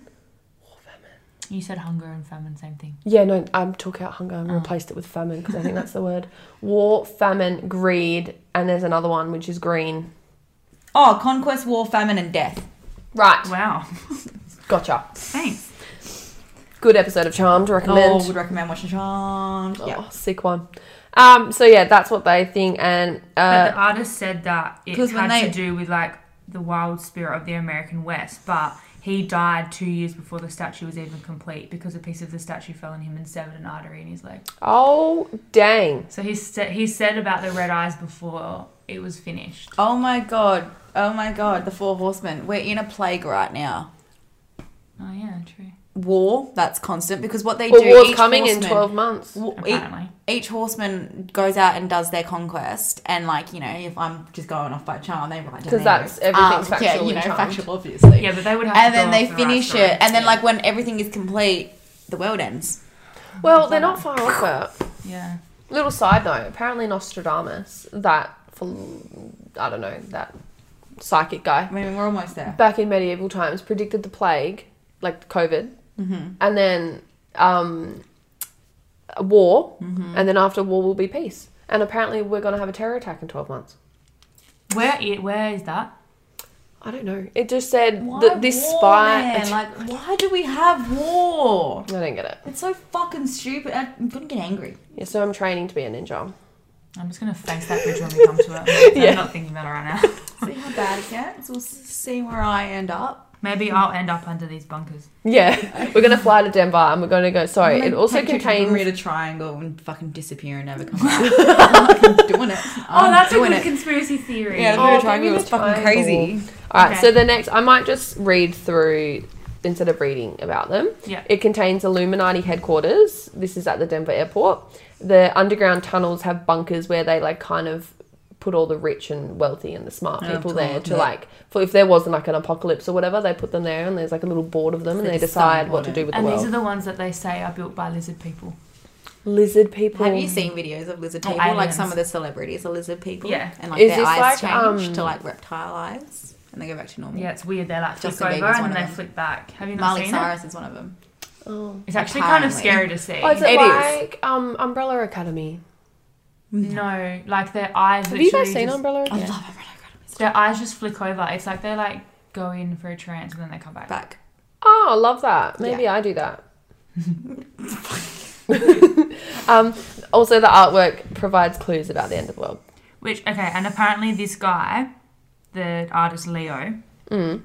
you said hunger and famine same thing
Yeah, no, I took out hunger
Oh.
and replaced it with famine because I think that's the word. War, famine, greed, and there's another one which is green.
Oh, conquest, war, famine, and death.
Right,
wow
gotcha.
thanks
Good episode of Charmed. Recommend.
Oh, would recommend watching Charmed.
Oh,
Yeah.
sick one. Um, so yeah, that's what they think, and
but
uh,
the artist said that it
'cause when
had
they-
to do with like the wild spirit of the American West, but he died two years before the statue was even complete because a piece of the statue fell on him and severed an artery in his leg.
oh dang,
So he said he said about the red eyes before it was finished.
Oh my god. Oh my god. The Four Horsemen. We're in a plague right now.
Oh yeah, true.
War. That's constant because what they
well,
do.
war's
each
coming in
horseman-
twelve months.
Wa- e-
Apparently.
each horseman goes out and does their conquest, and like you know, if I'm just going off by charm, they write down
'Cause
their notes.
that's- everything's factual
Yeah, you
in
know,
Charmed.
factual, obviously.
Yeah, but they would have.
and
to
then
go
they
off the right
finish
story.
it, and then like when everything is complete, the world ends.
Well, they're not far off that.
Yeah.
Little side note: apparently Nostradamus, that ph- I don't know, that psychic guy
I mean, we're almost there.
back in medieval times predicted the plague, like COVID, and then um, a war, and then after war will be peace. And apparently, we're gonna have a terror attack in twelve months.
Where i where is that?
I don't know. It just said that this spy.
like, why do we have war?
I don't get it.
It's so fucking stupid. I'm gonna get angry.
Yeah, so I'm training to be a ninja.
I'm just gonna face that bridge when we come to it. I'm
Yeah.
not thinking about it right now.
See how bad it gets. We'll s- see where I end up.
Maybe I'll end up under these bunkers.
Yeah, we're gonna fly to Denver and we're gonna go. Sorry, it also contains.
read a triangle and fucking disappear and never come out. I'm doing it. I'm doing it.
conspiracy theory.
Yeah, the
Oh,
Bermuda
give
Triangle
me
was
the
fucking
triangle.
crazy.
All right, so
Okay.
the next, I might just read through instead of reading about them.
Yeah.
It contains Illuminati headquarters. This is at the Denver airport. The underground tunnels have bunkers where they like kind of put all the rich and wealthy and the smart
Yeah,
people
cool.
there to
Yeah.
like for if there wasn't like an apocalypse or whatever, they put them there and there's like a little board of them and
They
they
decide
decide what to
on
do
it.
with the
And these are
world.
the ones that they say are built by lizard people.
Lizard people.
Have you seen videos of lizard
Or
people? Like
aliens.
some of the celebrities are lizard people.
Yeah.
And like
Oh, Is
their
this
eyes
like,
change
um,
to like reptile eyes and they go back to normal.
Yeah, it's weird. They like flick
Justin
over
Bieber's one
and
of
then they
them.
flick back. Have you not
Miley
seen
Cyrus is one of them.
Oh.
it? It's actually kind of
Apparently.
scary to see.
Oh, is it,
It is.
like um Umbrella Academy?
no, like their eyes.
Have you guys
literally
seen
just-
Umbrella Academy?
Their eyes just flick over. It's like they like go in for a trance and then they come back.
Back.
Oh, I love that. Maybe I do that. um, also, the artwork provides clues about the end of the world.
Which okay, and apparently this guy, the artist Leo,
Mm.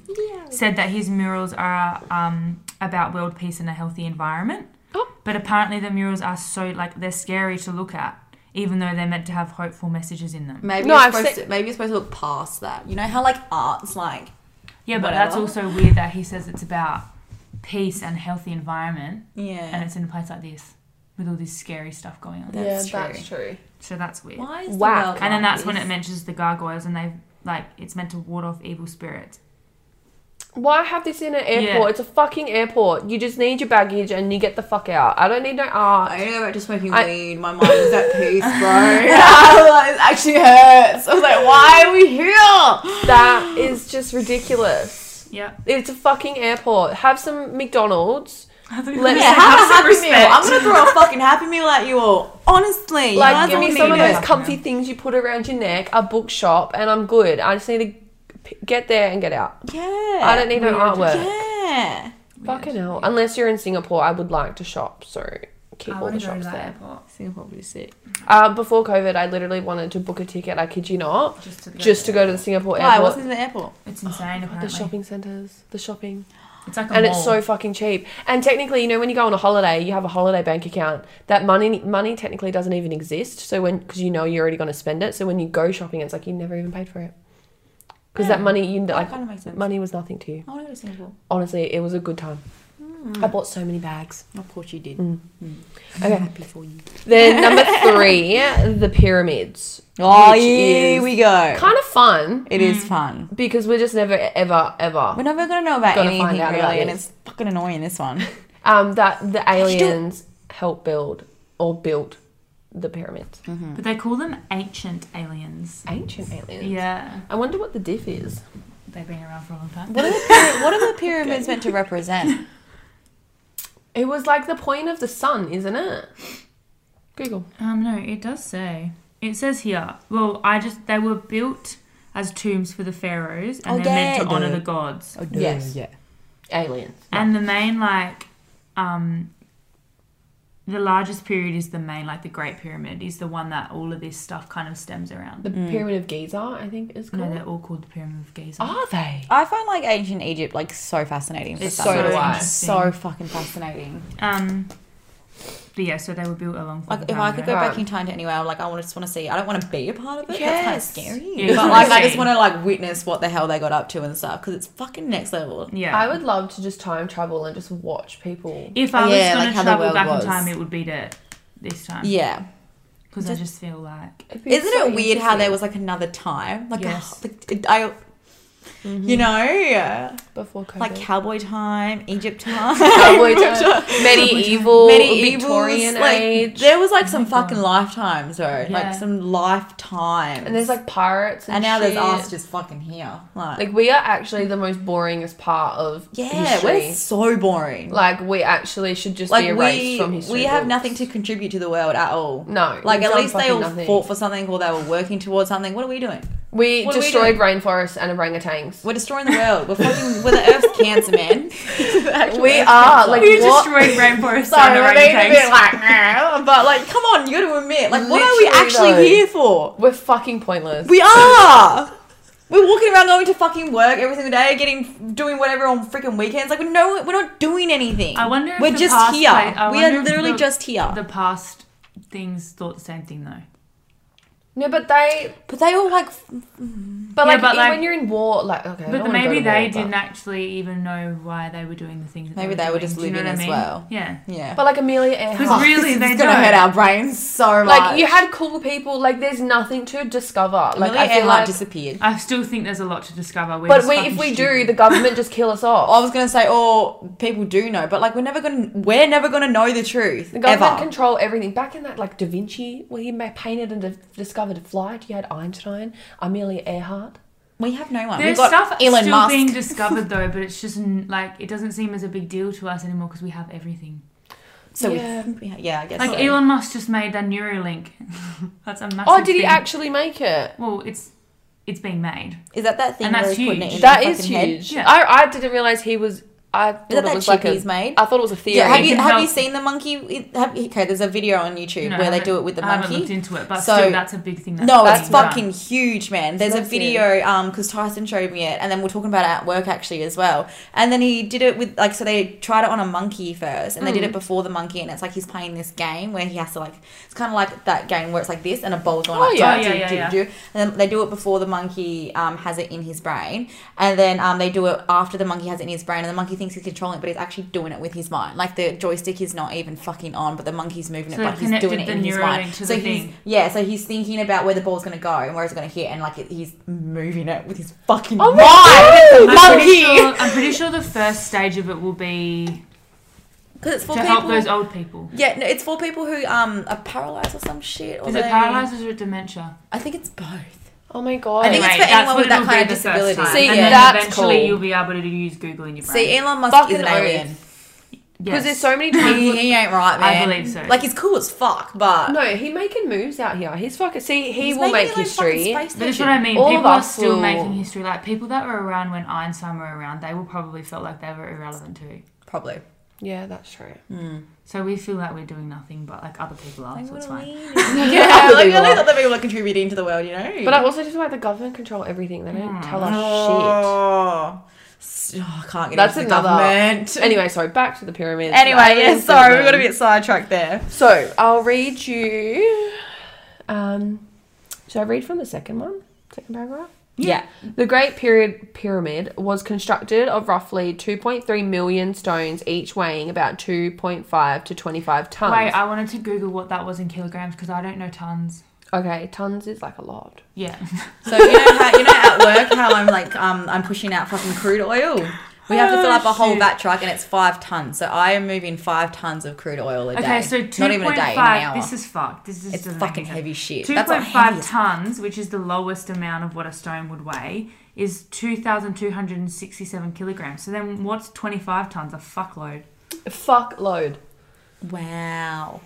said that his murals are um, about world peace and a healthy environment.
Oh.
But apparently the murals are so like they're scary to look at, even though they're meant to have hopeful messages in them.
Maybe
No,
you're
I've
supposed
seen-
to maybe you're supposed to look past that. You know how like art's like
Yeah, but that's
Whatever.
also weird that he says it's about peace and healthy environment, and
Yeah.
it's in a place like this with all this scary stuff going on.
That's true.
true.
So that's weird.
Why is
Whack.
the world
And then
like
that's when
this?
it mentions the gargoyles, and they've like it's meant to ward off evil spirits.
Why have this in an airport?
Yeah.
It's a fucking airport. You just need your baggage and you get the fuck out. I don't need no art.
I only go back to smoking
I-
weed. My mind is at peace, bro. it actually hurts. I was like, why are we here?
That is just ridiculous.
Yeah.
It's a fucking airport. Have some McDonald's. Let-
Yeah, have a happy meal. I'm gonna throw a fucking happy meal at you all. Honestly, you guys
Like, give
all
me
need
some of
it.
those comfy things you put around your neck, a bookshop, and I'm good. I just need to p- get there and get out.
Yeah.
I don't need no
Weird.
artwork.
Yeah.
Fucking hell. Unless you're in Singapore, I would like to shop, so keep
I
all
want
the
to go to
shops
that
there.
airport
Singapore would be sick.
Uh, before COVID, I literally wanted to book a ticket, I kid you not,
just to go
just to
there.
go to the Singapore
Why?
airport.
What's in the airport?
It's insane.
the
apparently,
shopping centres, the shopping.
it's like a
And
mall.
it's so fucking cheap. And technically, you know, when you go on a holiday, you have a holiday bank account. That money money technically doesn't even exist. So when, because you know you're already going to spend it. So when you go shopping, it's like you never even paid for it. Because that money, you
That
like,
kind of makes sense.
money was nothing to you.
I want to go to Singapore.
Honestly, it was a good time.
Hmm.
I bought so many bags.
Of course you did.
Mm.
I'm
Okay.
happy for you.
Then number three, the pyramids.
Oh,
which
here
is
we go.
Kind of fun
It is fun.
because we're just never, ever,
Mm. We're
ever.
never gonna know about
Gotta
anything
find out
really,
about
and
this.
it's fucking annoying. This one.
Um, that the
you do it?
aliens helped build or built the pyramids.
Mm-hmm.
But they call them ancient aliens.
Ancient aliens.
Yeah,
I wonder what the diff is.
they've been around for a long time.
What are the, pyra- what are the pyramids meant to represent?
It was like the point of the sun, isn't it? Google.
Um, no, it does say. It says here. Well, I just they were built as tombs for the pharaohs, and
Oh,
they're meant
yeah,
to honor
dude.
the gods.
Oh,
Yes.
Yeah.
Aliens.
And the main like, um, the largest period is the main like the Great Pyramid is the one that all of this stuff kind of stems around.
The
Mm.
Pyramid of Giza, I think, is
no,
called.
they're all called the Pyramid of Giza.
Ah.
Are they?
I find like ancient Egypt like so fascinating. for
It's
some
so
reason.
do I.
So fucking fascinating.
Um, but yeah, so they were built a long
Like if
time
I could go
ago.
back in time to anywhere, like I want just want to see. I don't want to be a part of it.
Yes.
That's kind of scary.
Yeah,
but
you wanna
like I just
see.
want to like witness what the hell they got up to and stuff because it's fucking next level.
Yeah,
I would love to just time travel and just watch people.
If I was
Yeah,
going
like
to
how the
travel
world
back
was.
in time, it would be to this time.
Yeah.
Because I just feel like.
It'd be
Isn't
so
it weird how there
interesting.
was like another time? Like, a-
Yes.
like it- I,
Mm-hmm.
you know, yeah.
before COVID?
like cowboy time, Egypt time,
cowboy time,
medieval,
medieval, Victorian
like,
age.
There was like some
my God.
fucking lifetimes though,
Yeah.
like some lifetimes.
and there's like pirates and,
and now
shit.
there's us just fucking here. Like,
Like we are actually the most boringest part of
yeah,
history.
we're so boring. Like,
Like we actually should just be erased
we
from history.
we have
books.
nothing to contribute to the world at all.
No,
Like
we've
at
done
least they
fucking
all
nothing.
fought for something or they were working towards something. What are we doing?
We
What are we
destroyed rainforests and orangutans.
We're destroying the world. We're fucking. We're the Earth's cancer, man.
We are like
You
what?
destroyed rainforests
Sorry,
and
we're being a bit
orangutans.
like, "Nah," but like, come on, you got to admit, like, what are we
Literally,
actually
though.
here for?
We're fucking pointless.
We are. We're walking around going to fucking work every single day, getting doing whatever on freaking weekends. Like, we know we're not doing anything.
I wonder if
we're
the
just
past
here.
play- I
we
wonder
are
if
literally
the-
just here.
The past things thought the same thing, though.
No, but they.
But they all like
But
Yeah,
like,
but,
in-
like-
when you're in war, like okay. I
But
don't wanna go
maybe
to war,
they
but-
didn't actually even know why they were doing the things. That
Maybe
they
they
were,
were
doing.
just
Do you know
living
what I
as
mean?
well.
Yeah,
yeah.
But like Amelia
because
Earhart.
really
this
they
is gonna
don't.
hurt our brains so much.
like you had cool people. Like there's nothing to discover. Like
Amelia
I feel
Earhart
like.
disappeared.
I still think there's a lot to discover. We're
but
just
we,
fucking
if we do,
stupid.
the government just kill us
I
off.
was gonna say, oh, people do know, but like we're never gonna, we're never gonna know the truth
The government
ever.
control everything. Back in that, like Da Vinci, where he ma- painted and di- discovered flight, you had Einstein, Amelia Earhart.
we have no one.
There's
We've got
stuff
Elon
still
Musk.
being discovered though, but it's just n- like it doesn't seem as a big deal to us anymore because we have everything.
so we
Yeah.
think we, ha- yeah, I guess.
Like
so.
Elon Musk just made that Neuralink. That's a massive.
Oh, did he
thing.
actually make it?
Well, it's it's being made.
is that that thing?
And
where
that's
he's putting
huge.
It in
That
the
is
fucking head?
huge.
Yeah.
I, I didn't realize he was. I thought
Is that
it
that
was
chip
like a.
he's made?
I thought it was a theory.
Yeah, have
It
you
can
have
help.
you seen the monkey? it- Have, okay, there's a video on YouTube
No, I
where they do
haven't-
it with the
I haven't
monkey.
looked into it, but
So-
still, that's a big thing. That's
No,
being
it's
done.
fucking huge, man. There's a
massive.
video um because Tyson showed me it, and then we're talking about it at work actually as well. And then he did it with like so they tried it on a monkey first, and they
Hmm.
did it before the monkey, and it's like he's playing this game where he has to like it's kind of like that game where it's like this and a ball going
Oh,
like
yeah.
do,
Oh, yeah,
do,
yeah,
do,
yeah.
do. and then they do it before the monkey um has it in his brain, and then um they do it after the monkey has it in his brain, and the monkey thinks he's controlling it, but he's actually doing it with his mind. Like the joystick is not even fucking on, but the monkey's moving
So
it
they
like he's
connected
doing it
the
in his
Neuralink
mind.
to
so
the
he's
thing.
yeah, so he's thinking about where the ball's gonna go and where it's gonna hit, and like it, he's moving it with his fucking
Oh my
mind.
I'm pretty,
Monkey.
sure, I'm pretty sure the first stage of it will be
Because it's for
to
people.
help those old people.
yeah, no, it's for people who um are paralyzed or some shit. Or
Is
they,
it paralysis or dementia?
I think it's both.
Oh my god.
I think it's for
that's
anyone
what
with that
it'll
kind
be
of
the first
disability.
time.
See,
and
yeah.
then
that's
eventually
cool.
you'll be able to use Google in your brain.
See, Elon Musk
Fucking
is an
oath.
alien.
because
Yes.
there's so many
He,
people.
he ain't right,
I
man.
believe so.
Like he's cool as fuck, but
no, he making moves out here. He's fucking. See, he
he's
will
making
make
it like fucking
history.
space
But that's
station.
what I mean.
All of
people are
us
still
will-
making history. Like people that were around when Einstein were around, they will probably felt like they were irrelevant too.
Probably.
Yeah, that's true.
So we feel like we're doing nothing, but like other people are, so it's fine.
yeah, like at least other people are contributing to the world, you know.
But I also just feel like the government control everything. They don't tell us
Oh, S- oh, I can't get
That's
into the
another-
government.
shit. Anyway, sorry. Back to the pyramids.
Anyway,
Back to
yeah,
the
sorry, we
pyramid.
got a bit sidetracked there.
So I'll read you. Um, should I read from the second one? Second paragraph.
Yeah.
The Great Period Pyramid was constructed of roughly 2.3 million stones, each weighing about 2.5 to 25 tons.
Wait, I wanted to Google what that was in kilograms because I don't know tons.
okay, tons is like a lot.
Yeah.
So you know how you know at work how I'm like um I'm pushing out fucking crude oil. We have to fill up a
Oh,
whole vat truck and it's five tons. So I am moving five tons of crude oil a day.
Okay, so
not even a day, in an
2.5.
hour.
This is fucked. This is
it's fucking heavy shit. That's what heavy
2.5
is.
tons, which is the lowest amount of what a stone would weigh, is 2,267 kilograms. So then what's 25 tons? A fuckload.
Fuck load.
Wow.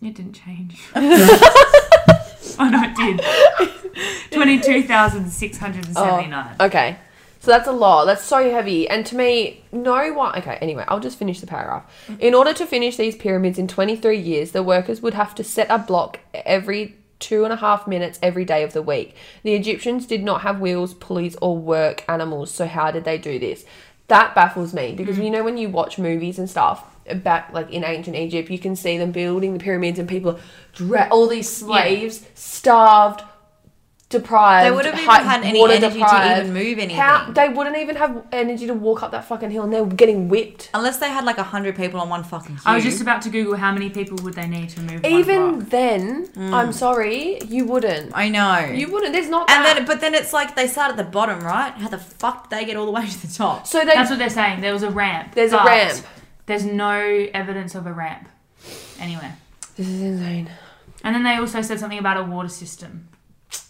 It didn't change. oh, no, it did. 22,679.
Oh,
Oh,
Okay. So that's a lot. That's so heavy. And to me, no one. Okay, anyway, I'll just finish the paragraph. In order to finish these pyramids in 23 years, the workers would have to set a block every two and a half minutes every day of the week. The Egyptians did not have wheels, pulleys, or work animals. So how did they do this? That baffles me because you know when you watch movies and stuff uh, back like in ancient Egypt, you can see them building the pyramids and people dre- all these slaves starved deprived.
They wouldn't even
hot-
had any
water
energy to
deprived.
even move anything.
How, they wouldn't even have energy to walk up that fucking hill, and they're getting whipped.
Unless they had like a hundred people on one fucking queue.
I was just about to Google how many people would they need to
Oh
move
even
Even
then, I'm sorry, you wouldn't.
Mm. I know.
You wouldn't. There's not.
and
that.
then but then it's like they start at the bottom, right? How the fuck did they get all the way to the top?
so they
That's what they're saying. There was a ramp.
There's a
but
ramp.
There's no evidence of a ramp anywhere.
This is insane.
And then they also said something about a water system.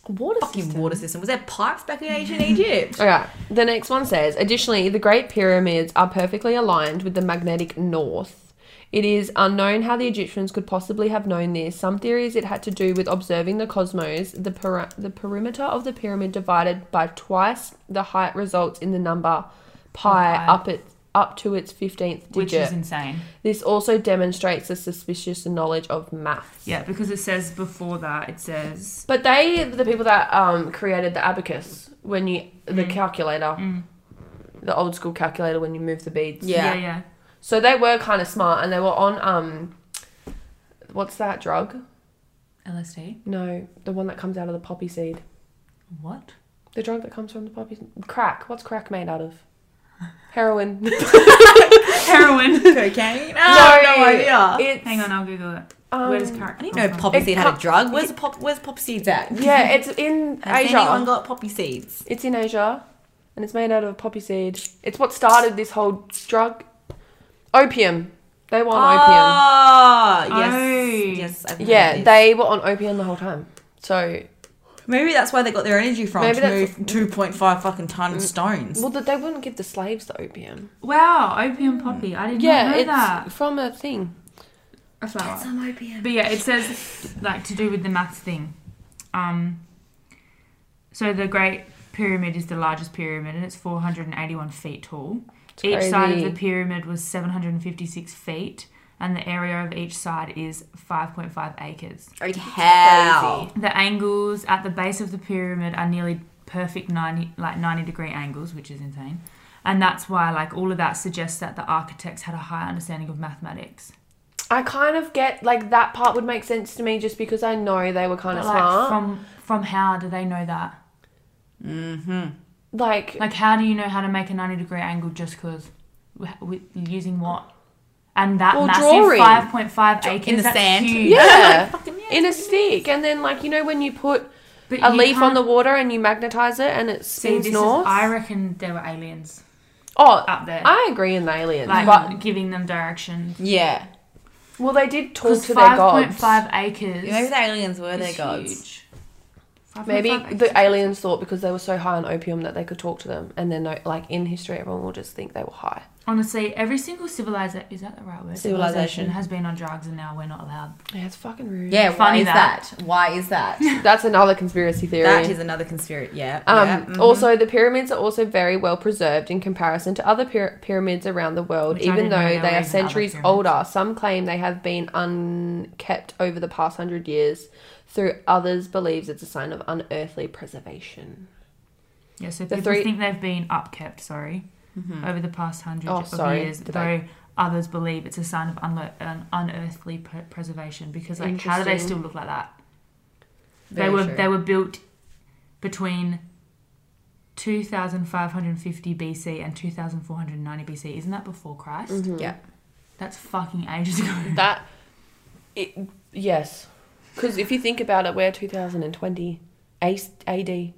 Water
Fucking
system.
water system. Was there pipes back in ancient Egypt?
Okay, the next one says additionally, the Great Pyramids are perfectly aligned with the magnetic north. It is unknown how the Egyptians could possibly have known this. Some theories it had to do with observing the cosmos. The, peri- the perimeter of the pyramid divided by twice the height results in the number pi
pi.
up it up to its 15th digit.
which is insane.
this also demonstrates a suspicious knowledge of maths.
Yeah, because it says before that it says
But they, the people that um, created the abacus, when you
Mm.
the calculator, the old school calculator, when you move the beads.
yeah,
Yeah.
yeah.
So they were kind of smart, and they were on um, what's that drug?
LSD.
No, the one that comes out of the poppy seed.
What?
The drug that comes from the poppy Crack. What's crack made out of? Heroin.
Heroin.
Cocaine?
No,
no idea.
Oh,
It's,
Hang on, I'll Google it.
Um,
Where does crack?
I didn't
come
know
from?
poppy
It
seed had a
co-
drug. Where's pop? Where's poppy seeds at?
Yeah, it's in
Has
Asia.
anyone got poppy seeds?
It's in Asia, and it's made out of poppy seed. It's what started this whole drug. Opium. They were on opium.
Ah, yes,
Oh.
yes. I've heard
Yeah,
this.
they were on opium the whole time. So,
Maybe that's where they got their energy from
Maybe
to
that's-
move two point five fucking ton stones.
well, th- they wouldn't give the slaves the opium.
Wow, opium poppy. I did not
Yeah,
know
it's
that.
from a thing.
That's not right.
some opium.
But yeah, it says like to do with the maths thing. Um, so the Great Pyramid is the largest pyramid, and it's 481 feet tall. each side of
crazy.
the pyramid was 756 feet, and the area of each side is 5.5 acres.
Okay. How?
The angles at the base of the pyramid are nearly perfect 90 like 90 degree angles, which is insane. And that's why like all of that suggests that the architects had a high understanding of mathematics.
I kind of get like that part would make sense to me just because I know they were kind of
But, like
smart.
from from how do they know that?
like,
Like how do you know how to make a 90 degree angle just cause wh- with using what? And that
Well,
massive
drawing.
5.5 acres
the
that's
sand.
huge.
yeah, in a stick, and then like you know when you put
But
a
you
leaf on
can't-
the water and you magnetize it and it
See,
spins
this is,
north.
I reckon there were aliens
oh,
up there.
I agree in the aliens,
like
but
giving them directions.
Yeah.
well, they did talk
Because
to their gods.
5.5 acres.
Maybe the aliens were their
is
gods.
huge. 5.5
Maybe
acres.
the aliens thought because they were so high on opium that they could talk to them, and then no, like in history, everyone will just think they were high.
Honestly, every single civilization is that the right word?
Civilization.
has been on drugs, and now we're not allowed.
Yeah, it's fucking rude.
Yeah. why
Funny
is
that.
that? Why is that?
That's another conspiracy theory.
that is another conspiracy. Yeah.
Um,
yeah.
mm-hmm.
mhm.
Also, the pyramids are also very well preserved in comparison to other pyra- pyramids around the world,
Which I
even
didn't know
though
there were
they are
even other
centuries
pyramids.
older. Some claim they have been unkept over the past hundred years, through others believes it's a sign of unearthly preservation.
Yeah, so
The
people
three-
think they've been upkept. Sorry, over the past hundred
Oh,
of
sorry,
years,
did
though
I-
others believe it's a sign of unle- an unearthly pre- preservation. Because like, how do they
Interesting.
still look like that?
Very
they were
true.
they were built between. 2550 BC and 2490 BC. Isn't that before Christ?
Mm.
Yeah.
That's fucking ages ago.
That, it, yes, because if you think about it, we're 2020 A- AD.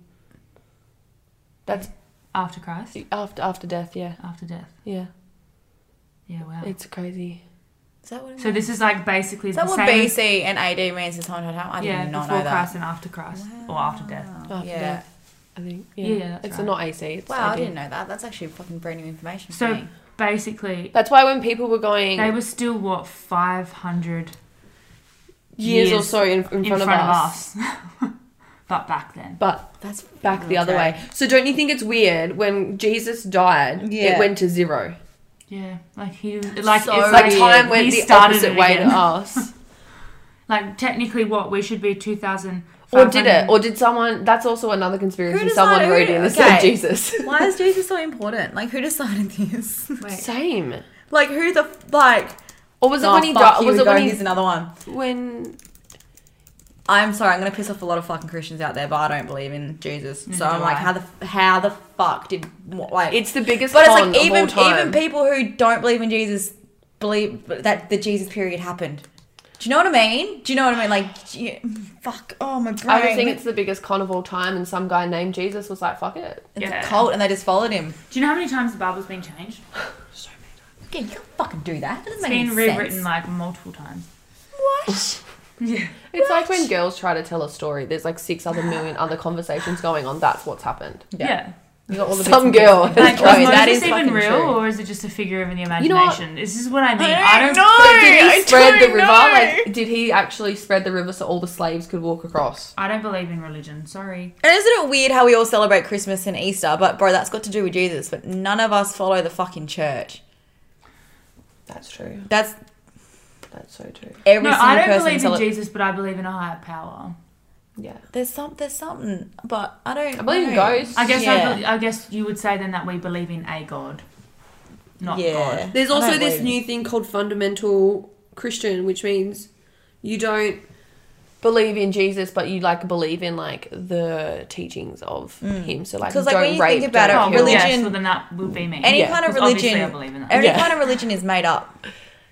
That's
After Christ?
after after death. Yeah,
After death.
yeah,
Yeah, wow.
it's crazy.
Is that what? It
So this is like basically
Is that
the
what
same. as-
BC and AD means this whole time? I did
yeah,
not
before
know that.
Christ and after Christ or after death.
After
Yeah.
death, I think. Yeah,
Yeah, yeah, that's
it's
right.
not AC. It's
Wow, I
AD.
didn't know that. That's actually fucking brand new information. for
So
me.
basically,
That's why when people were going
they were still what five hundred
years, or
years
so in, in, front,
in front
of,
of
us,
us, but back then.
but
that's
back the other
Okay.
way. So don't you think it's weird when Jesus died,
Yeah.
it went to zero?
Yeah, like he like
So
it's
Like
like
weird.
time went
he
the
started
opposite
it
way to
again.
us.
like technically what we should be two thousand.
or did it? Or did someone? That's also another conspiracy.
Who
Someone
decided-
wrote
who-
in and said
okay.
Jesus.
Why is Jesus so important? Like, who decided this?
Same.
like, who the f- like?
Or was it
"Oh,
when he
fuck,
died?
here
Was
we
it
go,
when he
here's another one?
when?
I'm sorry, I'm gonna piss off a lot of fucking Christians out there, but I don't believe in Jesus.
Neither
so I'm
do
like,
I.
how the f- how the fuck did wh- like?
It's the biggest.
but it's like
con of all
even
time.
even people who don't believe in Jesus believe that the Jesus period happened. Do you know what I mean? Do you know what I mean? Like, do you- fuck, oh my brain.
I just think it's the biggest con of all time, and some guy named Jesus was like, "Fuck it."
It's
Yeah.
a cult, and they just followed him.
Do you know how many times the Bible's been changed?
Yeah, you can fucking do that. That doesn't
It's
make
been
any
rewritten
sense.
like multiple times.
what?
Yeah.
It's like when girls try to tell a story. There's like six other million other conversations going on. That's what's happened.
Yeah.
yeah.
You got all the
Some
bits and
girl.
pieces.
Like,
Right.
was
That
Moses
is
even
fucking
real,
true.
or is it just a figure of the imagination?
You know what?
This is what I mean.
I
I
don't
don't.
But did he
I
spread the
don't
river?
know.
Like, did he actually spread the river so all the slaves could walk across?
I don't believe in religion. Sorry.
And isn't it weird how we all celebrate Christmas and Easter? But bro, that's got to do with Jesus. But none of us follow the fucking church.
That's true.
That's
That's so true.
every
no,
single
I don't
person.
believe in
cele-
Jesus, but I believe in a higher power.
Yeah.
There's some. There's something. But I don't.
I believe in
know.
ghosts.
I guess. I,
Yeah.
bel- I guess you would say then that we believe in a god, not
Yeah.
God.
There's
I
also
don't
this
believe-
new thing called fundamental Christian, which means you don't
believe in Jesus, but you like believe in like the teachings of him. So like,
Mm. 'Cause,
don't
like, when you
rape,
think about
don't
it,
kill.
religion-
Yes, well, then that would be me.
Any
Yeah,
kind of
'Cause obviously
religion,
I believe in that.
any
Yeah.
kind of religion is made up.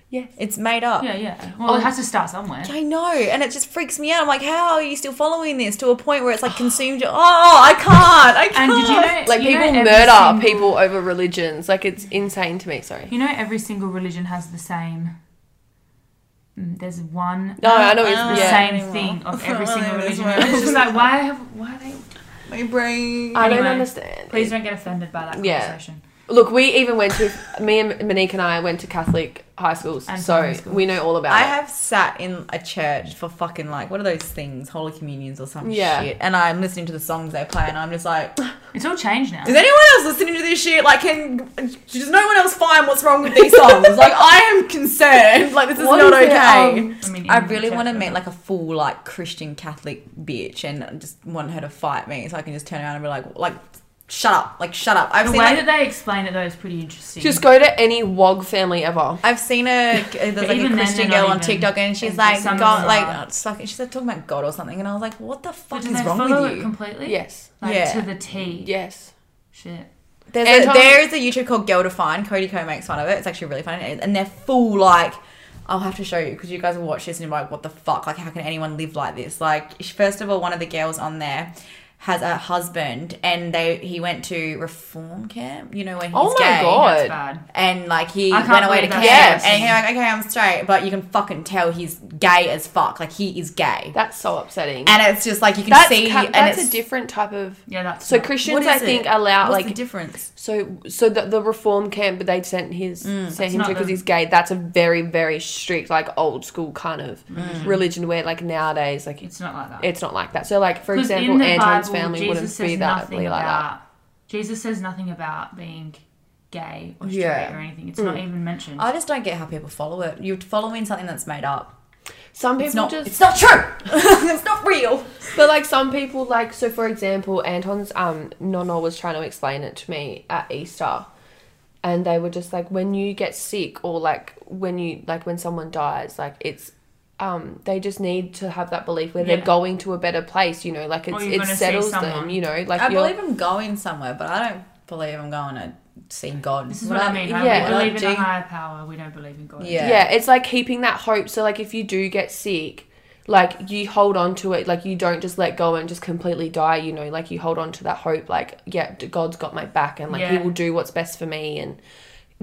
Yes.
It's made up.
yeah, yeah. Well, it has to start somewhere.
I know, and it just freaks me out. I'm like, how are you still following this to a point where it's like consumed? Oh, I can't. I
And
can't.
did you know,
Like
you know
people
every
murder
single-
people over religions. Like it's insane to me. Sorry.
You know, every single religion has the same. Mm, There's one.
No, I know. It's,
The
yeah.
same thing of every single religion. It's just like why have why are they?
My brain.
I don't
Anyway,
understand.
Please don't get offended by that
Yeah.
conversation.
Look, we even went to me and Monique and I went to Catholic high schools,
And
so
primary schools.
we know all about
I
it.
have sat in a church for fucking like what are those things, holy communions or some
Yeah.
shit, and I'm listening to the songs they play, and I'm just like, does
It's all changed now.
anyone else listening to this shit? Like, can does no one else find what's wrong with these songs? like, I am concerned. Like, this is
What
not
is it,
okay.
um,
I mean,
I
in
really
church,
want to
but-
meet like a full like Christian Catholic bitch and just want her to fight me so I can just turn around and be like like shut up like shut up. I've
The way
seen like,
that they explain it though is pretty interesting.
Just go to any wog family ever.
I've seen a there's like
even
a
then,
Christian
they're
girl on
not even-
TikTok and she's
and
like
some
God
are-
like oh, it's like- she's like talking about God or something and I was like what the
But
fuck
do
is
they
wrong
follow
with
it
you?
completely?
Yes,
Like
Yeah.
to the T.
yes.
Shit.
There's
Anton-
a, there is a YouTube called Girl Defined. Cody Co makes fun of it. It's actually really funny. And they're full like, I'll have to show you because you guys will watch this and you're like, what the fuck? Like, how can anyone live like this? Like, first of all, one of the girls on there has a husband and they he went to reform camp. You know when he's
Oh my
gay.
God.
That's
Good.
bad.
And like he
I can't
went away to
believe
camp
that's
and he's like, okay, I'm straight, but you can fucking tell he's gay as fuck. Like he is gay,
That's so upsetting.
and it's just like you can
that's
see.
ca-
and
that's
it's,
a different type of.
Yeah, that's
So
not-
Christians,
What
I
is it?
think, allow
what's the
like
difference?
so so the, the reform camp, but they sent his
Mm,
sent him
not
to because
the-
he's gay. That's a very very strict like old school kind of
Mm.
religion where like nowadays like
it's not like that.
it's not like that. So like for
'Cause in
example,
the
Anton's
Bible,
family
Jesus
wouldn't
says
be that
nothing
be like that.
about- Jesus says nothing about being gay or straight
Yeah.
or anything. It's
Hmm.
not even mentioned.
I just don't get how people follow it. You're following something that's made up.
Some people
It's not.
just
It's not true. it's not real.
But like some people, like so for example, Anton's um nonna was trying to explain it to me at Easter, and they were just like, when you get sick or like when you like when someone dies, like it's um they just need to have that belief where
Yeah.
they're going to a better place, you know, like it's
you're
it
gonna see
settles them,
someone.
you know, like
I
you're-
believe I'm going somewhere, but I don't believe I'm going to see God.
this is what I mean. right?
yeah.
we believe in a
Like,
higher power. We don't believe in God.
Yeah.
yeah. it's like keeping that hope. So like if you do get sick. Like you hold on to it, like you don't just let go and just completely die, you know, like you hold on to that hope, like, yeah, God's got my back and like he
Yeah.
will do what's best for me and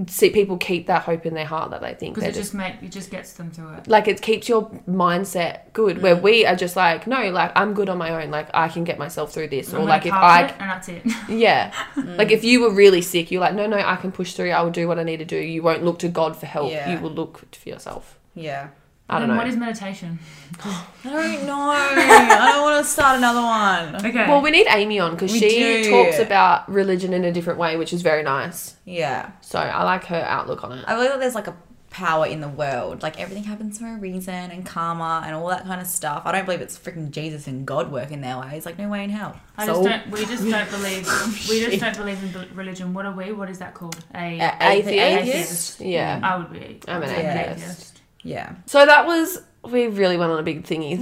see people keep that hope in their heart that they think
Because
they're
it just
just
make it just gets them through it.
like it keeps your mindset good where
Mm.
we are just like no like i'm good on my own like i can get myself through this or
I'm
like if
gonna
i
pass it, and that's it. Mm.
yeah like if you were really sick you're like no no i can push through i will do what i need to do you won't look to god for help
Yeah.
you will look for yourself
Yeah.
i don't
then
know
What is meditation?
I don't know. I don't want to start another one.
Okay.
well we need amy on because
We
she
do.
talks about religion in a different way which is very nice
Yeah.
so i like her outlook on it
I believe that there's like a power in the world. Like everything happens for a reason and karma and all that kind of stuff. I don't believe it's freaking Jesus and God working their way. It's like no way in hell.
I
So-
just don't. We just don't believe. we just don't believe in bel- religion. What are we? What is that called? A.
A-
atheist?
yeah
I would be.
I'm an
I'd be
atheist.
Yeah.
So that was we really went on a big thingy,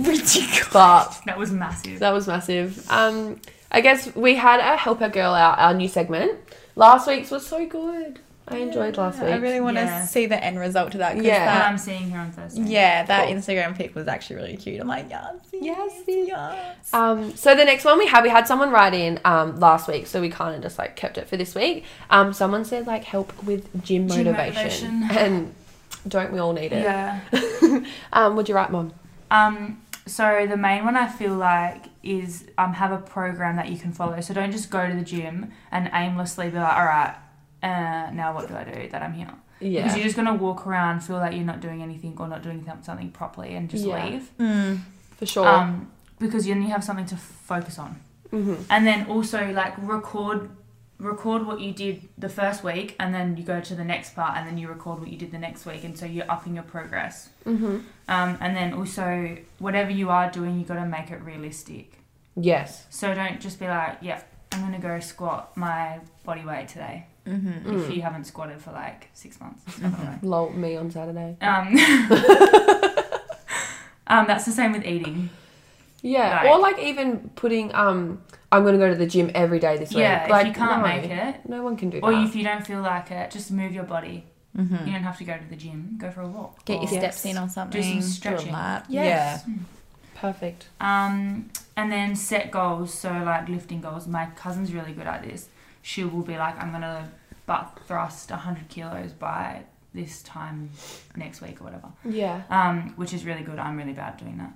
but
That was massive.
that was massive. Um, I guess we had a help a girl out our new segment. Last week's was so good. I enjoyed last week.
I really want to
Yeah.
see the end result to that. 'cause
Yeah.
Well,
that-
I'm seeing her on Thursday.
Yeah, that
Cool.
Instagram pic was actually really cute. I'm like, yes, yes, yes.
Um, so the next one we had, we had someone write in um, last week, so we kind of just like kept it for this week. Um, someone said like help with gym
Gym
motivation,
motivation.
and don't we all need it?
Yeah.
um, would you write, mom?
Um, so the main one I feel like is um, have a program that you can follow. So don't just go to the gym and aimlessly be like, all right, uh, now what do I do that I'm here? Because
Yeah.
you're just gonna walk around, feel like you're not doing anything or not doing th- something properly, and just
Yeah.
leave.
Mm,
For sure.
Um, because then you have something to focus on. Mm-hmm. And then also like record record what you did the first week and then you go to the next part and then you record what you did the next week and so you're upping your progress.
Mhm.
Um, and then also whatever you are doing, you got to make it realistic.
Yes.
So don't just be like, yeah, I'm gonna go squat my body weight today. Mm-hmm.
Mm.
If you haven't squatted for like six months. it's not gonna work.
Lol, me on Saturday.
Um, um, that's the same with eating.
Yeah,
Like-
or like even putting um, I'm gonna go to the gym every day this
Yeah,
week.
if
Like
you can't
no,
make it,
no one can do
or
that.
if you don't feel like it, just move your body.
mm-hmm.
Mm.
You don't have to go to the gym. Go for a walk.
Get your
Yes.
steps in or something. a
stretching.
lap.
Yes. Perfect.
Um, and then set goals. So like lifting goals. My cousin's really good at this. She will be like, I'm gonna butt thrust 100 kilos by this time next week or whatever.
Yeah.
Um, which is really good. I'm really bad at doing that.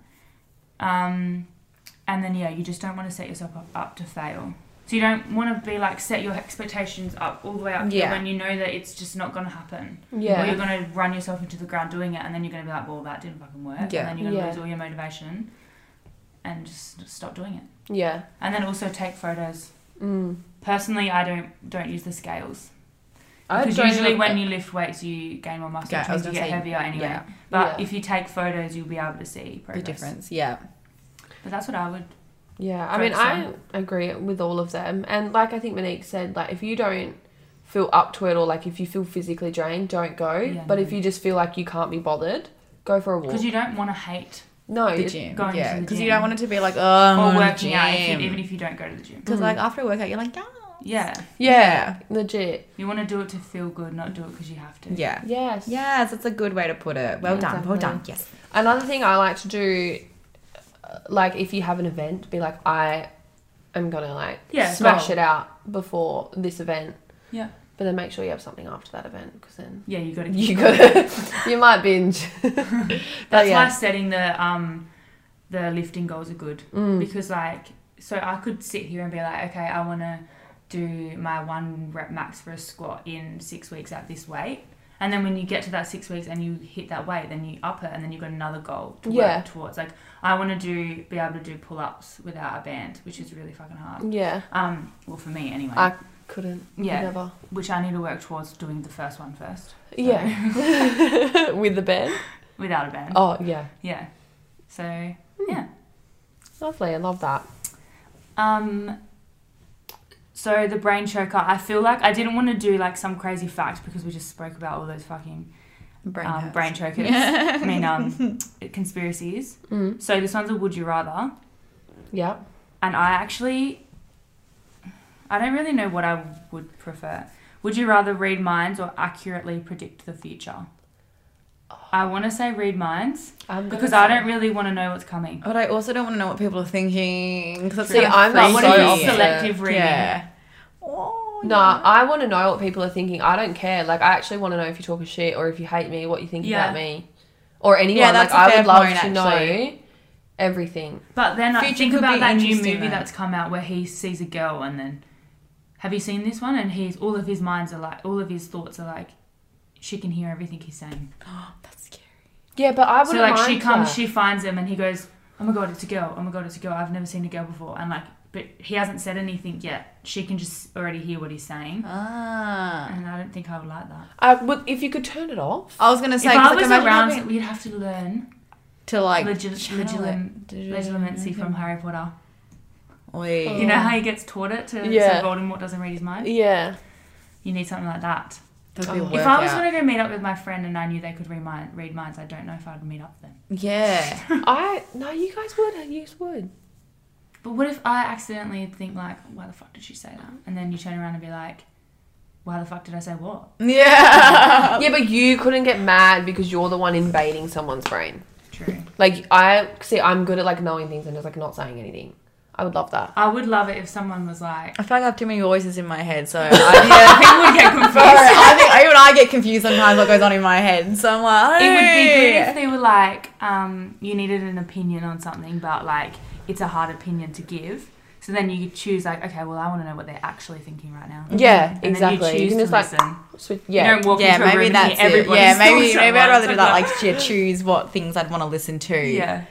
Um, and then yeah, you just don't want to set yourself up, up to fail. So you don't want to be like set your expectations up all the way up
Yeah.
yeah. when you know that it's just not gonna happen. Or you're
Yeah.
gonna run yourself into the ground doing it, and then you're gonna be like, "Well, that didn't fucking work."
Yeah.
And then you're gonna
Yeah.
lose all your motivation, and just stop doing it.
Yeah.
And then also take photos.
Mm.
Personally, I don't don't use the scales
I
because
don't
usually
even-
when you lift weights, you gain more muscle,
Yeah,
which
I was
means you
gonna
get
say,
heavier anyway.
yeah.
But
Yeah.
if you take photos, you'll be able to see
The
progress.
difference, yeah.
But that's what I would.
Yeah, I mean,
focus
I agree with all of them. And like I think Monique said, like if you don't feel up to it or like if you feel physically drained, don't go.
Yeah,
but
no.
if you just feel like you can't be bothered, go for a walk.
Because you don't want to hate
no,
The
it-
gym.
going
yeah,
to the
because you
gym.
don't want it to be like, oh, I'm
or
going to the
working
gym.
out, if you, even if you don't go to the gym.
Because like after a workout, you're like, yeah,
Yeah,
yeah,
legit.
you want to do it to feel good, not do it because you have to.
yeah.
Yes.
Yes, that's a good way to put it. Well
Yeah,
done, well
definitely.
done. Yes.
Another thing I like to do, uh, like if you have an event, be like I, am gonna like
Yeah,
smash
goal.
it out before this event.
Yeah.
But then make sure you have something after that event because then
Yeah, you got to.
you gotta, you might binge.
That's
Oh, yeah.
why setting the um the lifting goals are good
Mm.
because like so I could sit here and be like, okay, I want to do my one rep max for a squat in six weeks at this weight, and then when you get to that six weeks and you hit that weight, then you up it, and then you've got another goal to
Yeah.
work towards. Like I want to do be able to do pull ups without a band, which is really fucking hard.
Yeah,
Um, well for me anyway,
I couldn't.
Yeah.
never.
which I need to work towards doing the first one first
Yeah, with the bed.
without a band.
Oh Hmm. yeah,
Yeah, so yeah.
lovely. I love that.
Um, so the brain choker, I feel like I didn't want to do like some crazy fact because we just spoke about all those fucking
Brain
um,
hurts.
brain chokers. I mean, um, conspiracies.
Mm.
So this one's a would you rather,
Yeah.
and I actually, I don't really know what I would prefer. Would you rather read minds or accurately predict the future? I want to say read minds
I'm gonna
because I
say-
don't really want to know what's coming.
But I also don't want to know what people are thinking. 'cause that's
See,
gonna
I'm not
freak
What
so
me
if
out.
it's selective reading?
Yeah. Oh,
No, I want to know what people are thinking. I don't care. Like, I actually want to know if you talk a shit or if you hate me, what you think
Yeah.
about me, or anyone.
Yeah, that's
like,
a
I
fair
would love
point,
to know
actually.
everything.
But then I
Future
think
could
about
be
that new
interesting,
movie
though.
that's come out where he sees a girl and then have you seen this one? And he's all of his minds are like all of his thoughts are like she can hear everything he's saying.
That's scary.
Yeah, but I would
So like she comes, she finds him and he goes, Oh my god, it's a girl, oh my god, it's a girl, I've never seen a girl before and like but he hasn't said anything yet. She can just already hear what he's saying.
Ah.
And I don't think I would like that.
I would, Uh, if you could turn it off.
I was gonna say
if
'cause,
I
like,
was
imagine
around,
having
we'd have to learn
to like
legit,
channel it.
legilim- legitimacy from Harry Potter.
Oi.
You know how he gets taught it to
Yeah.
so Voldemort doesn't read his mind.
Yeah.
You need something like that.
That'd be a
If
If I was
workout.
going to go meet up with my friend and I knew they could read, mind, read minds, I don't know if I'd meet up with them.
yeah.
I no, you guys would. You guys would.
But what if I accidentally think like, why the fuck did she say that? And then you turn around and be like, why the fuck did I say what? Oh.
Yeah.
Yeah, but you couldn't get mad because you're the one invading someone's brain.
True.
Like I see, I'm good at like knowing things and just like not saying anything. I would love that.
I would love it if someone was like,
I feel like I have too many voices in my head, so I, yeah, people would get confused. I think even I get confused sometimes what goes on in my head. So I'm like,
it would be good
"Hey."
if they were like, um, you needed an opinion on something, but like, it's a hard opinion to give. So then you could choose like, okay, well, I want to know what they're actually thinking right now.
Yeah,
Mm-hmm. And Then
exactly.
you
You
choose
can just
to
like
listen.
switch.
You
Yeah,
don't walk
Yeah,
into a
maybe
room
that's
and hear
it.
everybody
Yeah,
still
maybe maybe
someone.
I'd rather do that. Like,
It's
yeah, choose what things I'd want to listen to.
Yeah.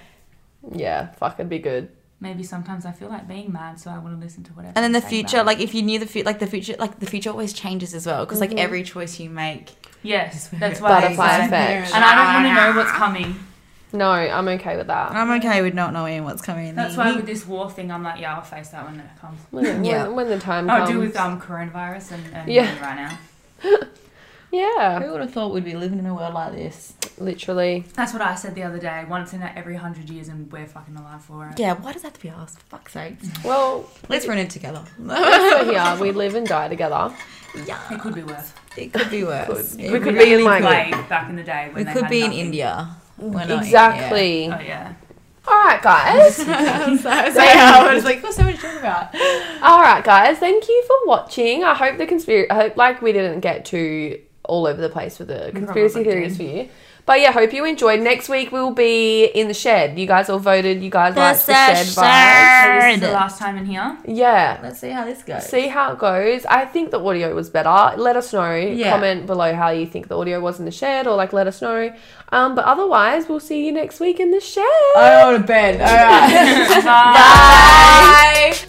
yeah. Fuck, it'd be good.
Maybe sometimes I feel like being mad, so I want to listen to whatever.
And then the
he's saying
future,
about
like if you knew the future, like the future, like the future always changes as well. Because
Mm-hmm.
like every choice you make,
it. yes, that's why.
Butterfly
it's like-
effect.
And I don't want to know what's coming.
No, I'm okay with that.
I'm okay with not knowing what's coming.
That's why with this war thing, I'm like, yeah, I'll face that when it comes. Oh,
When,
Yeah.
when, when the time
I'll
comes.
do with um coronavirus and, and
Yeah.
right now.
Yeah.
Who would have thought we'd be living in a world like this?
Literally.
That's what I said the other day. Once in every hundred years, and we're fucking alive for it.
Yeah, why does that have to be asked? For fuck's sake.
Well,
Let's run it together.
we're here. We live and die together.
yeah.
It could be worse.
It could be worse. It
We
really
could be in like.
Like back in the day
We
when they
could
had
be in
nothing.
India. We're not-
Exactly.
Oh yeah.
All right, guys.
I was like, what's so much to talk about?
All right, guys. Thank you for watching. I hope the conspiracy. I hope like we didn't get too all over the place with the conspiracy
probably
theories for you. But yeah, hope you enjoyed. Next week we'll be in the shed. You guys all voted. You guys liked the shed vibes.
So this is the last time in here.
Yeah.
Let's see how this goes.
See how it goes. I think the audio was better. Let us know. Comment below how you think the audio was in the shed, or like let us know. Um, but otherwise, we'll see you next week in the shed.
I want to bed. All right.
Bye.
Bye.